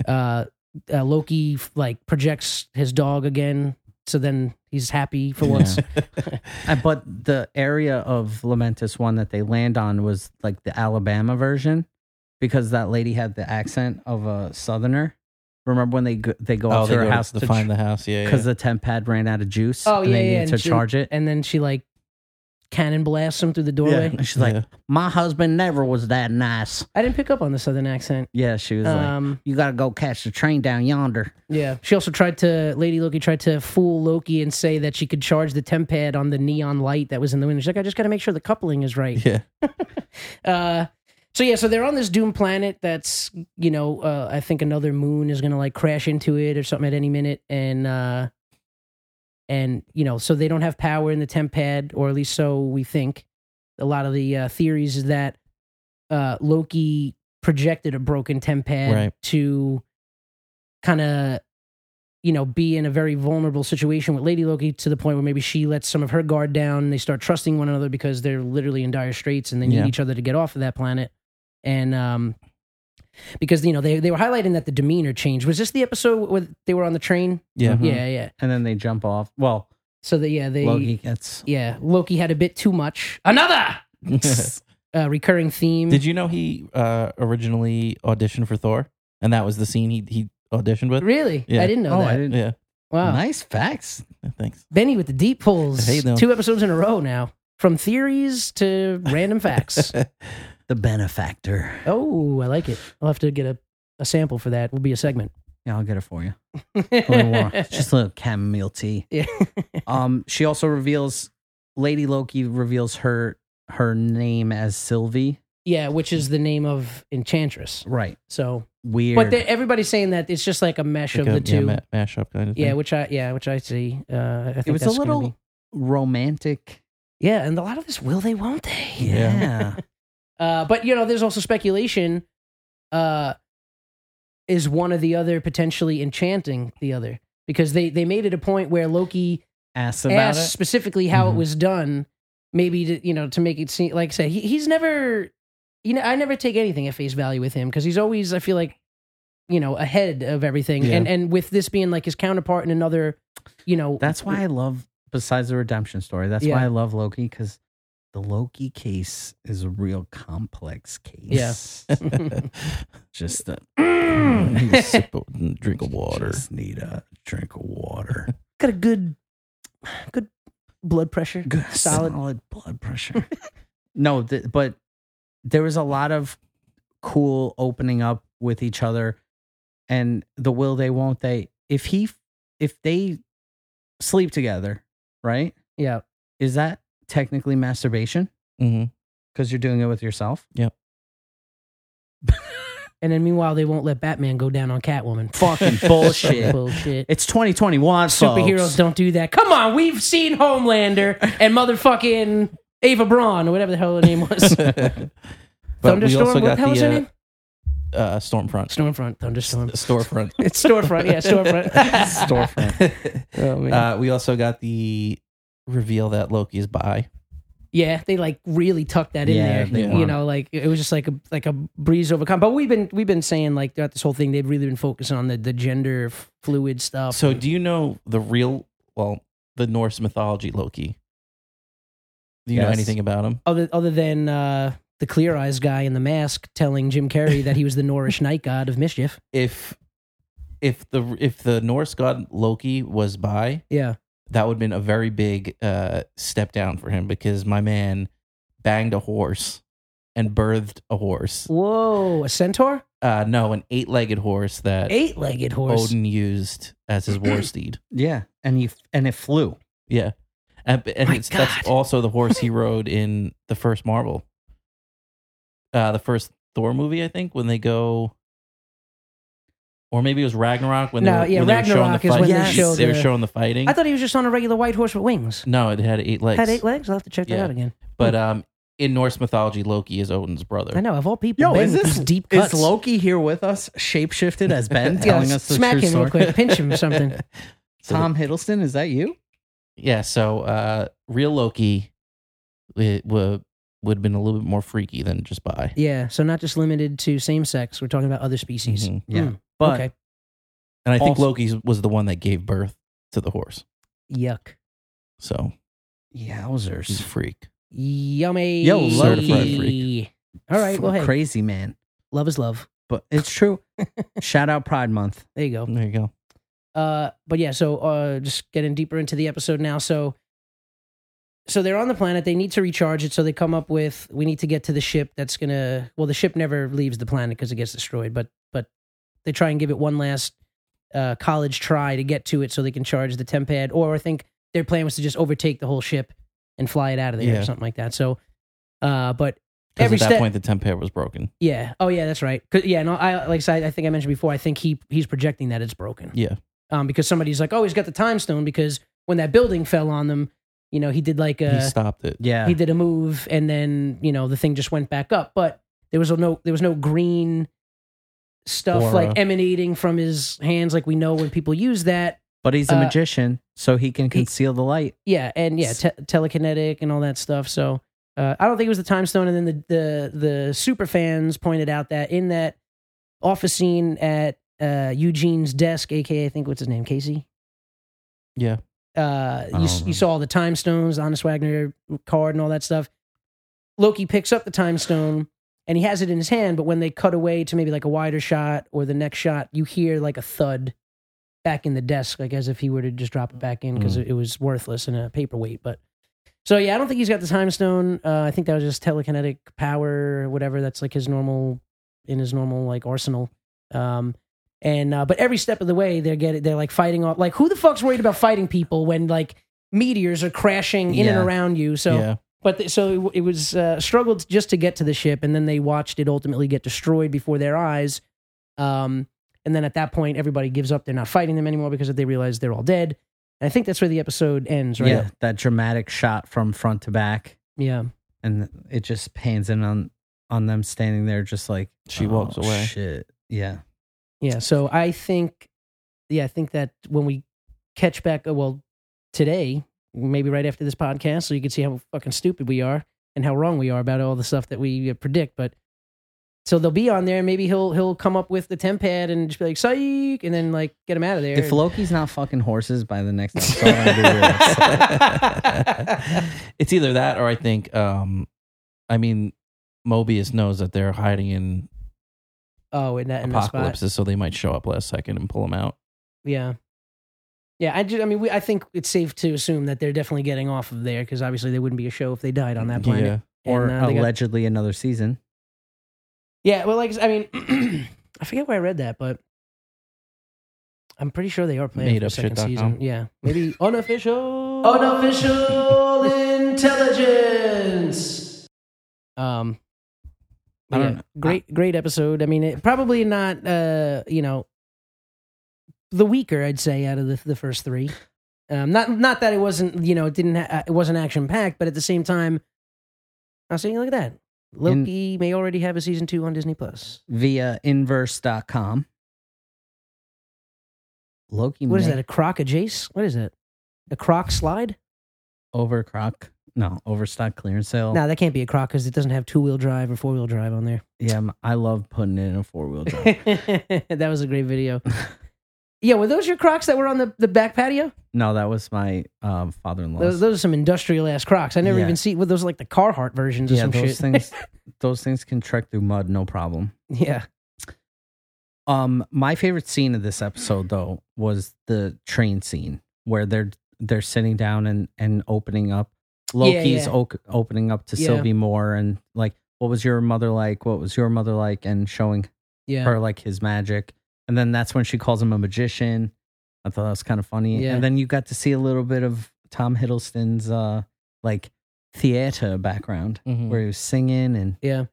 D: uh, uh, Loki f- like projects his dog again, so then he's happy for once.
F: Uh, but the area of Lamentus one that they land on was like the Alabama version because that lady had the accent of a Southerner. Remember when they go, they go
E: Oh,
F: up
E: they
F: to her
E: go
F: house
E: to find the house. Yeah.
F: because
E: yeah.
F: the temp pad ran out of juice.
D: Oh,
F: and
D: yeah,
F: they
D: yeah,
F: needed
D: and
F: to
D: she-
F: charge it.
D: and then she like cannon blasts him through the
F: Yeah,
D: doorway.
F: and she's like,
E: Yeah.
F: "My husband never was that nice."
D: I didn't pick up on the southern accent.
F: Yeah, she was like,
D: Um,
F: "You gotta go catch the train down yonder."
D: yeah. She also tried to Lady Loki tried to fool Loki and say that she could charge the temp pad on the neon light that was in the window. She's like, I just got to make sure the coupling is right.
E: yeah.
D: Uh, so yeah, so they're on this doomed planet that's you know uh, I think another moon is gonna like crash into it or something at any minute, and uh, and you know so they don't have power in the temp pad, or at least so we think. A lot of the uh, theories is that uh, Loki projected a broken temp pad
E: Right.
D: to kind of you know be in a very vulnerable situation with Lady Loki to the point where maybe she lets some of her guard down and they start trusting one another because they're literally in dire straits and they need
E: Yeah.
D: each other to get off of that planet and um because you know they they were highlighting that the demeanor changed was this the episode where they were on the train
E: Yeah.
F: Mhm.
D: yeah yeah
F: and then they jump off. Well,
D: so that yeah they
F: Loki gets.
D: yeah Loki had a bit too much another uh, recurring theme
E: Did you know he uh, originally auditioned for Thor, and that was the scene he he auditioned with?
D: really
E: Yeah.
D: I didn't know
F: oh,
D: that
F: I didn't.
E: Yeah.
D: wow
F: Nice facts.
E: Yeah, Thanks.
D: Benny with the deep pulls.
E: Hey, now.
D: Two episodes in a row now. From theories to random facts.
F: The benefactor.
D: oh, I like it. I'll have to get a, a sample for that. Will be a segment.
F: Yeah, I'll get it for you. A little more. Just a little chamomile tea.
D: Yeah.
F: Um, she also reveals Lady Loki reveals her her name as Sylvie.
D: yeah, which is the name of Enchantress.
F: Right.
D: So,
F: Weird.
D: but they, everybody's saying that it's just like a mesh
E: Like
D: of
E: a-
D: the
E: yeah,
D: two. Yeah,
E: ma- mashup kind of thing.
D: which I yeah, which I see. Uh, I think
F: it was a
D: that's gonna
F: little
D: be-
F: romantic.
D: yeah, and a lot of this will they, won't they?
E: Yeah.
D: Uh, but you know, there's also speculation. Uh, is one of the other potentially enchanting the other because they they made it a point where Loki
F: Ass about
D: asked
F: it. Mm-hmm.
D: specifically how
E: Mhm.
D: it was done, maybe to you know to make it seem like I said he, he's never, you know, I never take anything at face value with him because he's always I feel like, you know, ahead of everything,
E: Yeah.
D: and and with this being like his counterpart in another, you know,
F: That's why I love. Besides the redemption story, that's
D: Yeah.
F: why I love Loki because the Loki case is a real complex case. Just a
E: Sip of- drink of water.
F: Just need a drink of water.
D: got a good, good blood pressure,
F: Good
D: solid.
F: blood pressure. no, th- but there was a lot of cool opening up with each other, and the will they won't they. If he, if they sleep together, right?
D: Yeah,
F: Is that technically masturbation?
E: hmm
F: Because you're doing it with yourself.
D: and then meanwhile they won't let Batman go down on Catwoman.
F: Fucking bullshit.
D: bullshit.
F: It's 2021.
D: Superheroes
F: folks.
D: don't do that. Come on, we've seen Homelander and motherfucking Ava Braun or whatever the hell her name was.
E: but
D: Thunderstorm?
E: we also
D: What the
E: got
D: hell was her
E: the
D: name?
E: uh, uh, Stormfront.
D: Stormfront, Thunderstorm.
E: Storefront.
D: It's storefront, yeah, storefront.
E: Storefront.
D: Oh, man.
E: Uh, we also got the reveal that Loki is bi.
D: yeah, they like really tucked that in
F: Yeah,
D: there.
F: they
D: You
F: wanna-
D: know, like it was just like a like a breeze overcome. But we've been we've been saying like throughout this whole thing, they've really been focusing on the the gender f- fluid stuff.
E: So, do you know the real, well, the Norse mythology Loki? Do you know
F: Yes.
E: anything about him?
D: other other than uh, the clear eyes guy in the mask telling Jim Carrey that he was the Norse night god of mischief.
E: If if the if the Norse god Loki was bi,
D: Yeah.
E: that would have been a very big uh, step down for him because my man banged a horse and birthed a horse.
D: Whoa, a centaur,
E: Uh, no, an eight-legged horse that
D: eight-legged horse.
E: Odin used as his war steed.
F: Yeah, and he and it flew.
E: Yeah, and, and
D: My
E: it's, that's
D: God.
E: also the horse he rode in the first Marvel, uh, the first Thor movie, I think, when they go, or maybe it was Ragnarok when
D: No,
E: they were,
D: yeah,
E: when they were showing the
D: Ragnarok is
E: fight.
D: when
F: they show
E: they were
D: the-
E: showing the fighting.
D: I thought he was just on a regular white horse with wings.
E: no, it had eight legs.
D: Had eight legs. I'll have to check that
E: Yeah.
D: out again.
E: But um, in Norse mythology, Loki is Odin's brother.
D: Hmm. I know of all people. Ben with these deep cuts?
F: is Loki here with us? Shapeshifted as Ben,
D: Yeah,
F: telling us the
D: smack
F: true
D: him
F: story.
D: real quick. Pinch him or something.
F: Tom Hiddleston, is that you?
E: Yeah, so uh, real Loki would would have been a little bit more freaky than just by.
D: Yeah. So not just limited to same sex. We're talking about other species.
E: Mhm.
F: Yeah.
D: Mm,
F: But
D: okay.
E: And I think
F: Also-
E: Loki was the one that gave birth to the horse.
D: Yuck.
E: So
D: Mm.
E: he's a
F: Yowzers.
E: freak.
D: Yummy.
F: Yo,
E: certified freak.
D: All right. Well, hey,
F: Crazy man.
D: love is love.
F: But it's true. Shout out Pride Month.
D: There you go.
E: There you go.
D: Uh, but yeah, so uh, just getting deeper into the episode now. So, so they're on the planet. They need to recharge it. So they come up with we need to get to the ship that's gonna. Well, the ship never leaves the planet because it gets destroyed. But but they try and give it one last uh, college try to get to it so they can charge the tempad. Or I think their plan was to just overtake the whole ship and fly it out of there
E: Yeah.
D: or something like that. So, uh, but
E: Because
D: Every
E: at that
D: step-
E: point, the tempad was broken.
D: yeah. Oh yeah, that's right. 'Cause- Yeah. No, I like I said, I think I mentioned before. I think he he's projecting that it's broken
E: Yeah.
D: um, because somebody's like, oh, he's got the time stone because when that building fell on them, you know, he did like
E: he
D: a
E: stopped it.
F: Yeah.
D: he did a move, and then you know the thing just went back up, but there was no there was no green stuff
E: Aura.
D: like emanating from his hands, like we know when people use that.
F: But he's a
D: Uh,
F: magician, so he can conceal the light.
D: Yeah, and yeah, te- telekinetic and all that stuff. So uh, I don't think it was the time stone. And then the the the super fans pointed out that in that office scene at uh, Eugene's desk, aka I think what's his name, Casey.
E: Yeah.
D: Uh,
F: don't
D: you, s-
F: know.
D: you saw all the time stones, the Honest Wagner card, and all that stuff. Loki picks up the time stone and he has it in his hand, but when they cut away to maybe like a wider shot or the next shot, you hear like a thud back in the desk, like as if he were to just drop it back in because it was worthless in a paperweight. But so yeah, I don't think he's got the time stone. Uh, I think that was just telekinetic power, or whatever. That's like his normal in his normal like arsenal. Um, and uh, but every step of the way, they're getting they're like fighting off. Like who the fuck's worried about fighting people when like meteors are crashing in
F: Yeah.
D: and around you? So
E: yeah.
D: but th- so it, w- it was uh, struggled just to get to the ship, and then they watched it ultimately get destroyed before their eyes. Um, and then at that point, everybody gives up. They're not fighting them anymore because they realize they're all dead. And I think that's where the episode ends, right?
F: Yeah, that dramatic shot from front to back,
D: Yeah.
F: and it just pans in on on them standing there, just like
E: She
F: "Oh,
E: walks away.
F: Shit, yeah,
D: Yeah. So I think, yeah, I think that when we catch back, uh, well, today, maybe right after this podcast, so you can see how fucking stupid we are and how wrong we are about all the stuff that we uh, predict. But so they'll be on there. and Maybe he'll he'll come up with the temp pad and just be like psych, and then like get him out of there.
F: If Loki's not fucking horses by the next episode, I'm gonna be real upset.
E: it's either that or I think, um, I mean, Mobius knows that they're hiding in
D: oh, in that in that spot.
E: apocalypses, so they might show up last second and pull them out.
D: Yeah. Yeah, I, ju- I mean, we, I think it's safe to assume that they're definitely getting off of there because obviously they wouldn't be a show if they died on that planet.
E: Mm, Yeah.
D: And,
F: or
D: uh, they got-
F: allegedly another season.
D: Yeah, well, like I mean, I forget where I read that, but I'm pretty sure they are playing
E: Made
D: for
E: up
D: second
E: shit dot
D: season.
E: com.
D: Yeah, maybe unofficial, unofficial intelligence. Um,
F: I
D: but
F: don't
D: yeah,
F: know.
D: great, great episode. I mean, it, probably not. Uh, you know, the weaker I'd say out of the the first three. Um, not not that it wasn't you know it didn't ha- uh, it wasn't action packed, but at the same time, I was saying, look at that. Loki may already have a season two on Disney Plus.
F: via inverse.com. Loki
D: What is
F: may-
D: that? A croc a jace? What is that? A croc slide?
F: Overcrock. No, overstock clearance sale.
D: No, that can't be a croc because it doesn't have two wheel drive or four wheel drive on there.
F: Yeah, I'm- I love putting it in a four wheel drive.
D: that was a great video. Yeah, were those your crocs that were on the, the back patio?
F: no, that was my um, father in
D: Those,
F: law's.
D: those are some industrial ass crocs. I never
F: Yeah.
D: even see. Well, those are like the Carhartt versions of
F: Yeah,
D: some
F: those
D: shit.
F: things. Those things can trek through mud, no problem.
D: yeah.
F: Um, my favorite scene of this episode though was the train scene where they're they're sitting down and and opening up. Loki's
D: yeah.
F: o- opening up to
D: Yeah.
F: Sylvie Moore and like, what was your mother like? What was your mother like? And showing
D: Yeah.
F: her like his magic. And then that's when she calls him a magician. I thought that was kind of funny.
D: Yeah.
F: And then you got to see a little bit of Tom Hiddleston's uh like theater background
D: Hmm.
E: Mhm.
F: where he was singing and
D: Yeah.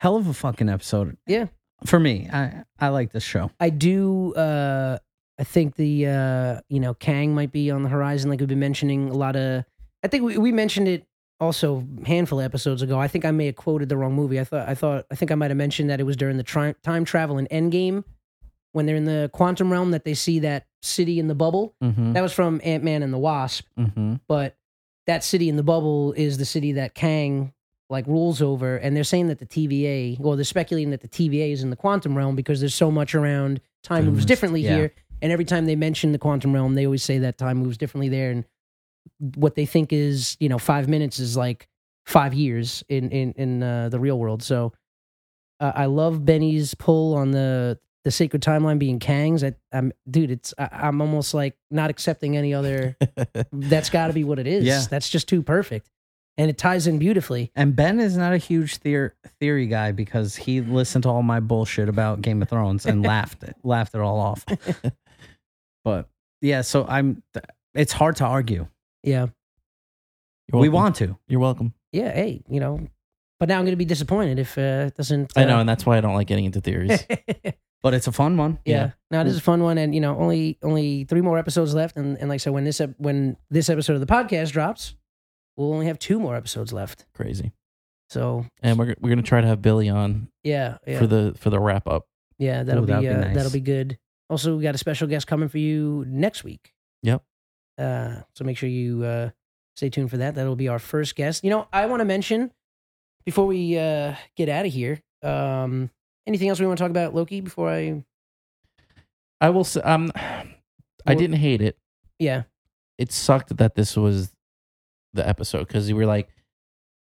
F: hell of a fucking episode.
D: Yeah.
F: For me, I I like this show.
D: I do. Uh, I think the uh, you know Kang might be on the horizon. Like we've been mentioning a lot of. I think we, we mentioned it also a handful of episodes ago. I think I may have quoted the wrong movie. I thought I thought I think I might have mentioned that it was during the tri- time travel and Endgame when they're in the quantum realm that they see that city in the bubble.
F: Mm-hmm.
E: Mm.
D: That was from Ant Man and the Wasp
F: Mm-hmm.
D: but that city in the bubble is the city that Kang like rules over, and they're saying that the TVA, well, they're speculating that the TVA is in the quantum realm because there's so much around. Time moves
F: Timeless,
D: differently
F: yeah.
D: here, and every time they mention the quantum realm, they always say that time moves differently there, and what they think is you know five minutes is like five years in in in uh, the real world. So uh, I love Benny's pull on the the sacred timeline being Kang's. I, I'm dude, it's I, I'm almost like not accepting any other that's got to be what it is.
F: Yeah.
D: That's just too perfect. And it ties in beautifully.
F: And Ben is not a huge theor- theory guy because he listened to all my bullshit about Game of Thrones and laughed it, laughed it all off. but yeah, so I'm. th- It's hard to argue.
D: Yeah.
E: You're
F: We
E: welcome.
F: want to.
E: You're welcome.
D: Yeah. Hey, you know, but now I'm going to be disappointed if uh, it doesn't.
E: I know,
D: uh,
E: and that's why I don't like getting into theories.
D: yeah.
F: but it's a fun one.
D: Now this is a fun one. And, you know, only only three more episodes left. And, and like, so when this, ep- when this episode of the podcast drops, we'll only have two more episodes left.
E: Crazy.
D: So,
E: And we're we're gonna try to have Billy on
D: yeah. Yeah.
E: for the for the wrap up.
D: Yeah, that'll
F: Ooh,
D: be,
F: that'd be
D: uh,
F: nice.
D: that'll be good. Also, we got a special guest coming for you next week.
E: Yep.
D: Uh, so make sure you uh, stay tuned for that. That'll be our first guest. You know, I want to mention before we uh, get out of here. Um, anything else we want to talk about Loki before I?
E: I will say, um, I
D: Well-
E: didn't hate it.
D: Yeah,
E: It sucked that this was the episode because we were like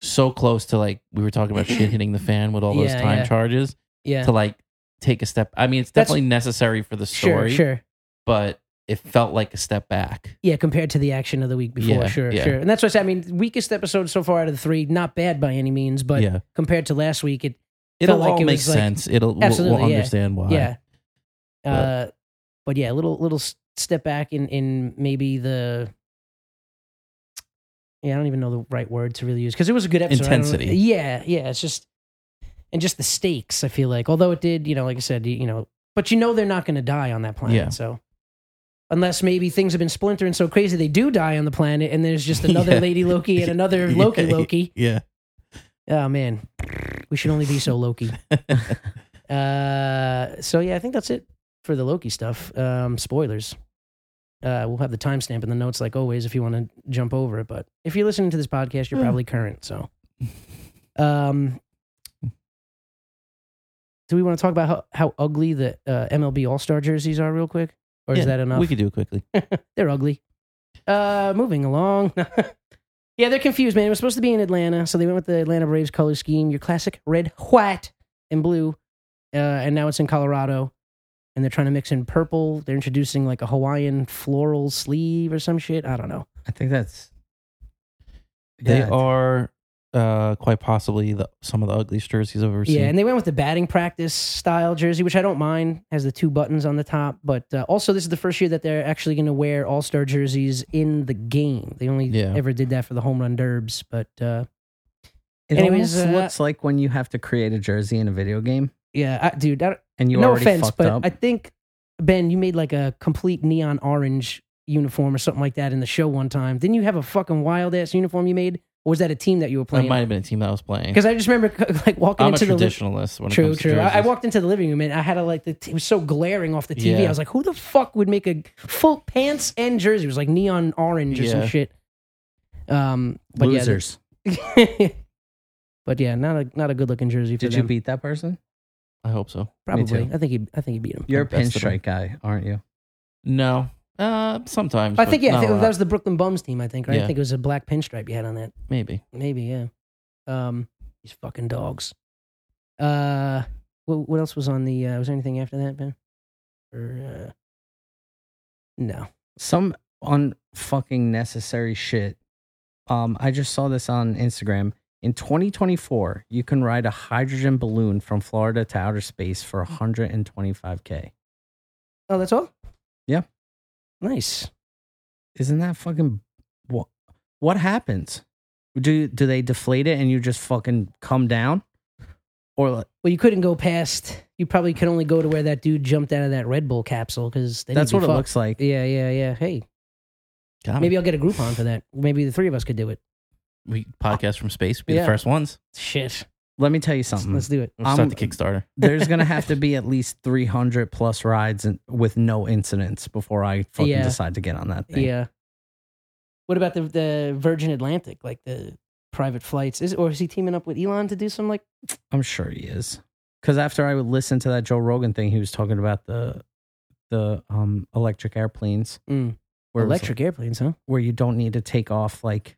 E: so close to like we were talking about shit hitting the fan with all those
D: Yeah,
E: time
D: yeah.
E: charges
D: yeah.
E: to like take a step. I mean, it's
D: That's-
E: definitely necessary for the
D: Sure,
E: story,
D: sure.
E: but it felt like a step back.
D: Yeah, compared to the action of the week before,
E: Yeah,
D: sure,
E: yeah.
D: sure. And that's what I said. I mean, weakest episode so far out of the three, not bad by any means, but
E: yeah,
D: compared to last week, it
E: it'll
D: felt like
E: all
D: it
E: make
D: was like-
E: sense. it'll we'll- we'll,
D: Absolutely, yeah.
E: understand why.
D: yeah.
E: But-
D: uh, but yeah, a little little s- step back in in maybe the. Yeah, I don't even know the right word to really use because it was a good episode. I don't know-
E: Intensity.
D: Yeah, yeah. It's just and just the stakes. I feel like, although it did, you know, like I said, you, you know, but you know they're not going to die on that planet.
E: Yeah.
D: So unless maybe things have been splintering so crazy they do die on the planet, and there's just another
E: Yeah.
D: Lady Loki and another
E: Yeah.
D: Loki Loki.
E: Yeah.
D: Oh man, we should only be so Loki. Uh, so yeah, I think that's it for the Loki stuff. Um, spoilers. Uh, we'll have the timestamp in the notes, like always, if you want to jump over it. But if you're listening to this podcast, you're
E: Yeah.
D: probably current. So, um, do we want to talk about how, how ugly the uh, MLB All Star jerseys are, real quick, or
E: Yeah,
D: is that enough?
E: We could do it quickly.
D: They're ugly. Uh, moving along. yeah, they're confused, man. It was supposed to be in Atlanta, so they went with the Atlanta Braves color scheme, your classic red, white, and blue. Uh, and now it's in Colorado, and they're trying to mix in purple. They're introducing like a Hawaiian floral sleeve or some shit. I don't know.
F: I think that's.
E: They
F: Yeah.
E: are uh, quite possibly the, some of the ugliest jerseys I've
D: Yeah,
E: ever seen.
D: and they went with the batting practice style jersey, which I don't mind. Has the two buttons on the top, but uh, also this is the first year that they're actually going to wear All Star jerseys in the game. They only
E: Yeah.
D: ever did that for the home run derbs, but uh,
F: It
D: Anyways,
F: almost
D: uh,
F: looks like when you have to create a jersey in a video game
D: yeah, I, dude, I, don't-
F: and you
D: no
F: already
D: offense,
F: fucked
D: but
F: up.
D: I think Ben, you made like a complete neon orange uniform or something like that in the show one time. Didn't you have a fucking wild ass uniform you made, or was that a team that you were
E: That
D: playing?
E: might have been a team that I was playing.
D: Because I just remember like walking
E: I'm a
D: into the li-
E: traditionalist when it
D: true,
E: comes
D: true.
E: to jerseys.
D: I, I walked into the living room and I had a like the t- it was so glaring off the TV.
E: Yeah.
D: I was like, who the fuck would make a full pants and jersey? It was like neon orange or
E: Yeah.
D: some shit. Um, but
F: Losers.
D: yeah, the- but yeah, not a not a good looking jersey for
F: Did
D: them.
F: you beat that person?
E: I hope so.
D: Probably,
F: too.
D: I think he I think he beat him.
F: You're a
E: best of them.
F: pinstripe guy, aren't you?
E: No. Uh, sometimes.
D: I
E: but
D: think yeah, I
E: not
D: think
E: a lot.
D: that was the Brooklyn Bums team. I think right. I
E: Yeah.
D: think it was a black pinstripe you had on that.
E: maybe.
D: Maybe yeah. Um, these fucking dogs. Uh, what, what else was on the? Uh, was there anything after that, Ben? Or uh, no?
F: Some unfucking necessary shit. Um, I just saw this on Instagram. In 2024, you can ride a hydrogen balloon from Florida to outer space for 125k.
D: Oh, that's all.
F: Yeah.
D: Nice.
F: Isn't that fucking what? What happens? Do do they deflate it and you just fucking come down? Or like,
D: Well, you couldn't go past. You probably could only go to where that dude jumped out of that Red Bull capsule because
F: that's what it looks like.
D: Yeah, yeah, yeah. Hey,
E: God,
D: maybe I'll get a Groupon for that. Maybe the three of us could do it.
E: we podcast from space. Be
D: Yeah.
E: the first ones.
D: Shit.
F: Let me tell you
D: Let's,
F: something.
D: let's do it.
E: We'll start
F: I'm-
E: the Kickstarter.
F: There's gonna have to be at least 300 plus rides and, with no incidents before I fucking
D: Yeah.
F: decide to get on that thing.
D: Yeah. uh, What about the the Virgin Atlantic, like the private flights? Is or is he teaming up with Elon to do some like?
F: I'm sure he is. Because after I would listen to that Joe Rogan thing, he was talking about the the um electric airplanes
D: Mm.
F: where it was,
D: electric airplanes, huh?
F: like, where you don't need to take off. Like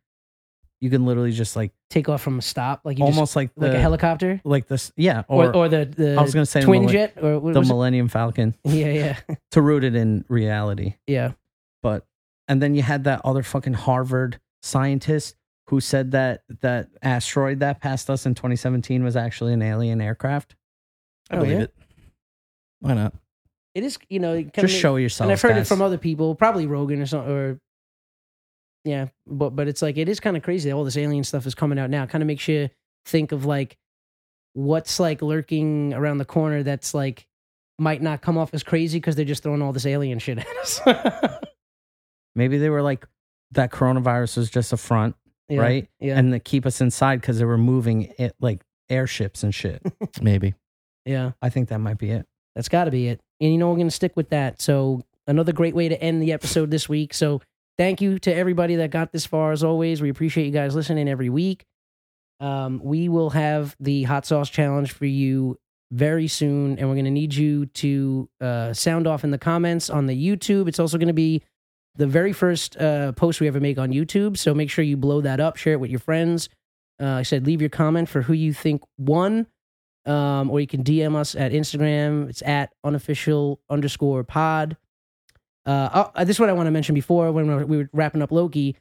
F: you can literally just like
D: Take off from a stop, like you
F: almost
D: almost
F: like the
D: like a helicopter,
F: like this yeah
D: or
F: or,
D: or, the the
F: I was gonna say the
D: twin
F: Millen-
D: jet, or what
F: the
D: was it?
F: Millennium Falcon
D: yeah, yeah,
F: to root it in reality.
D: yeah.
F: but and then you had that other fucking Harvard scientist who said that that asteroid that passed us in 2017 was actually an alien aircraft.
E: I
D: Oh,
E: believe
D: yeah?
E: it. Why not?
D: It is, you know, it kinda
F: Just
D: ma-
F: show yourself.
D: And I've heard
F: guys.
D: it from other people, probably Rogan or something, or yeah, but but it's like it is kind of crazy that all this alien stuff is coming out now. Kind of makes you think of like what's like lurking around the corner that's like might not come off as crazy because they're just throwing all this alien shit at us,
F: Maybe they were like that coronavirus was just a front,
D: Yeah,
F: right?
D: Yeah,
F: And to keep us inside because they were moving it like airships and shit.
E: Maybe.
D: yeah.
F: I think that might be it.
D: That's got to be it. And you know, we're going to stick with that. So, another great way to end the episode this week. So, thank you to everybody that got this far. As always, we appreciate you guys listening every week. Um, we will have the hot sauce challenge for you very soon, and we're going to need you to uh, sound off in the comments on the YouTube. It's also going to be the very first uh, post we ever make on YouTube. So make sure you blow that up, share it with your friends. Uh, I said leave your comment for who you think won, um, or you can DM us at Instagram. It's at unofficial underscore pod. Uh, oh, this is what I want to mention before when we were- we were wrapping up Loki.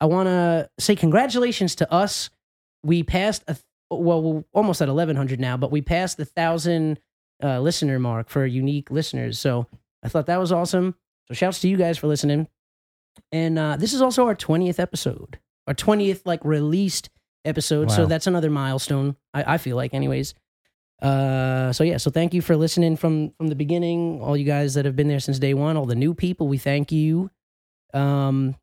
D: I want to say congratulations to us. We passed a th- well, we're almost at eleven hundred now, but we passed the thousand uh, listener mark for unique listeners. So I thought that was awesome. So shouts to you guys for listening. And uh, this is also our 20th episode, our 20th like released episode. So
F: Wow.
D: that's another milestone. I, I feel like, anyways. Uh, so yeah, so thank you for listening from from the beginning. All you guys that have been there since day one, all the new people, we thank you. Um,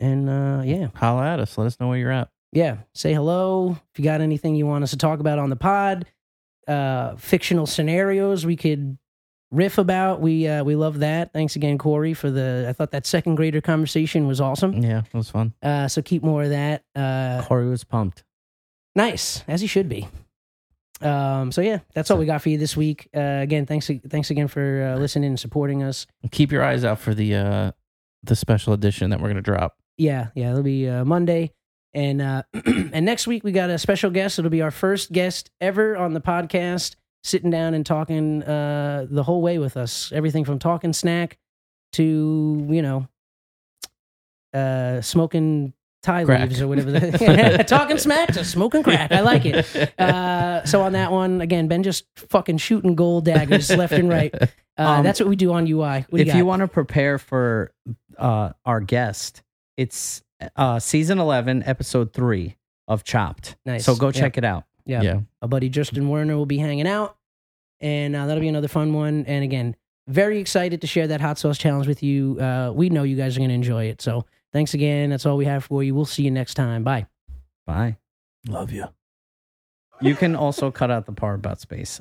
D: and uh, yeah,
E: Holla at us. Let us know where you're at.
D: yeah, say hello. If you got anything you want us to talk about on the pod, uh, fictional scenarios we could riff about. We uh, we love that. Thanks again, Corey, for the. I thought that second grader conversation was awesome.
E: Yeah, it was fun.
D: Uh, so keep more of that. Uh,
F: Corey was pumped.
D: nice as he should be. Um, so yeah, that's all we got for you this week. Uh, again, thanks thanks again for uh, listening and supporting us.
E: Keep your eyes out for the uh the special edition that we're gonna drop.
D: Yeah, yeah, it'll be uh, Monday, and uh, and next week we got a special guest. It'll be our first guest ever on the podcast, sitting down and talking uh, the whole way with us. Everything from talking snack to you know, uh, smoking tie
E: Crack.
D: leaves or whatever. The, talking smack to smoking crack. I like it. Uh, so on that one again, Ben just fucking shooting gold daggers left and right. Uh,
F: Um,
D: that's what we do on UI. What do
F: if you,
D: got?
F: want to prepare for uh, our guest, it's uh, season 11, episode three of Chopped.
D: Nice.
F: So go
D: Yeah.
F: check it out.
D: Yeah.
E: Yeah.
D: Our buddy Justin Werner will be hanging out. And uh, that'll be another fun one. And again, very excited to share that hot sauce challenge with you. Uh, we know you guys are going to enjoy it. So thanks again. That's all we have for you. We'll see you next time. Bye.
F: Bye.
E: Love you.
F: You can also cut out the part about space.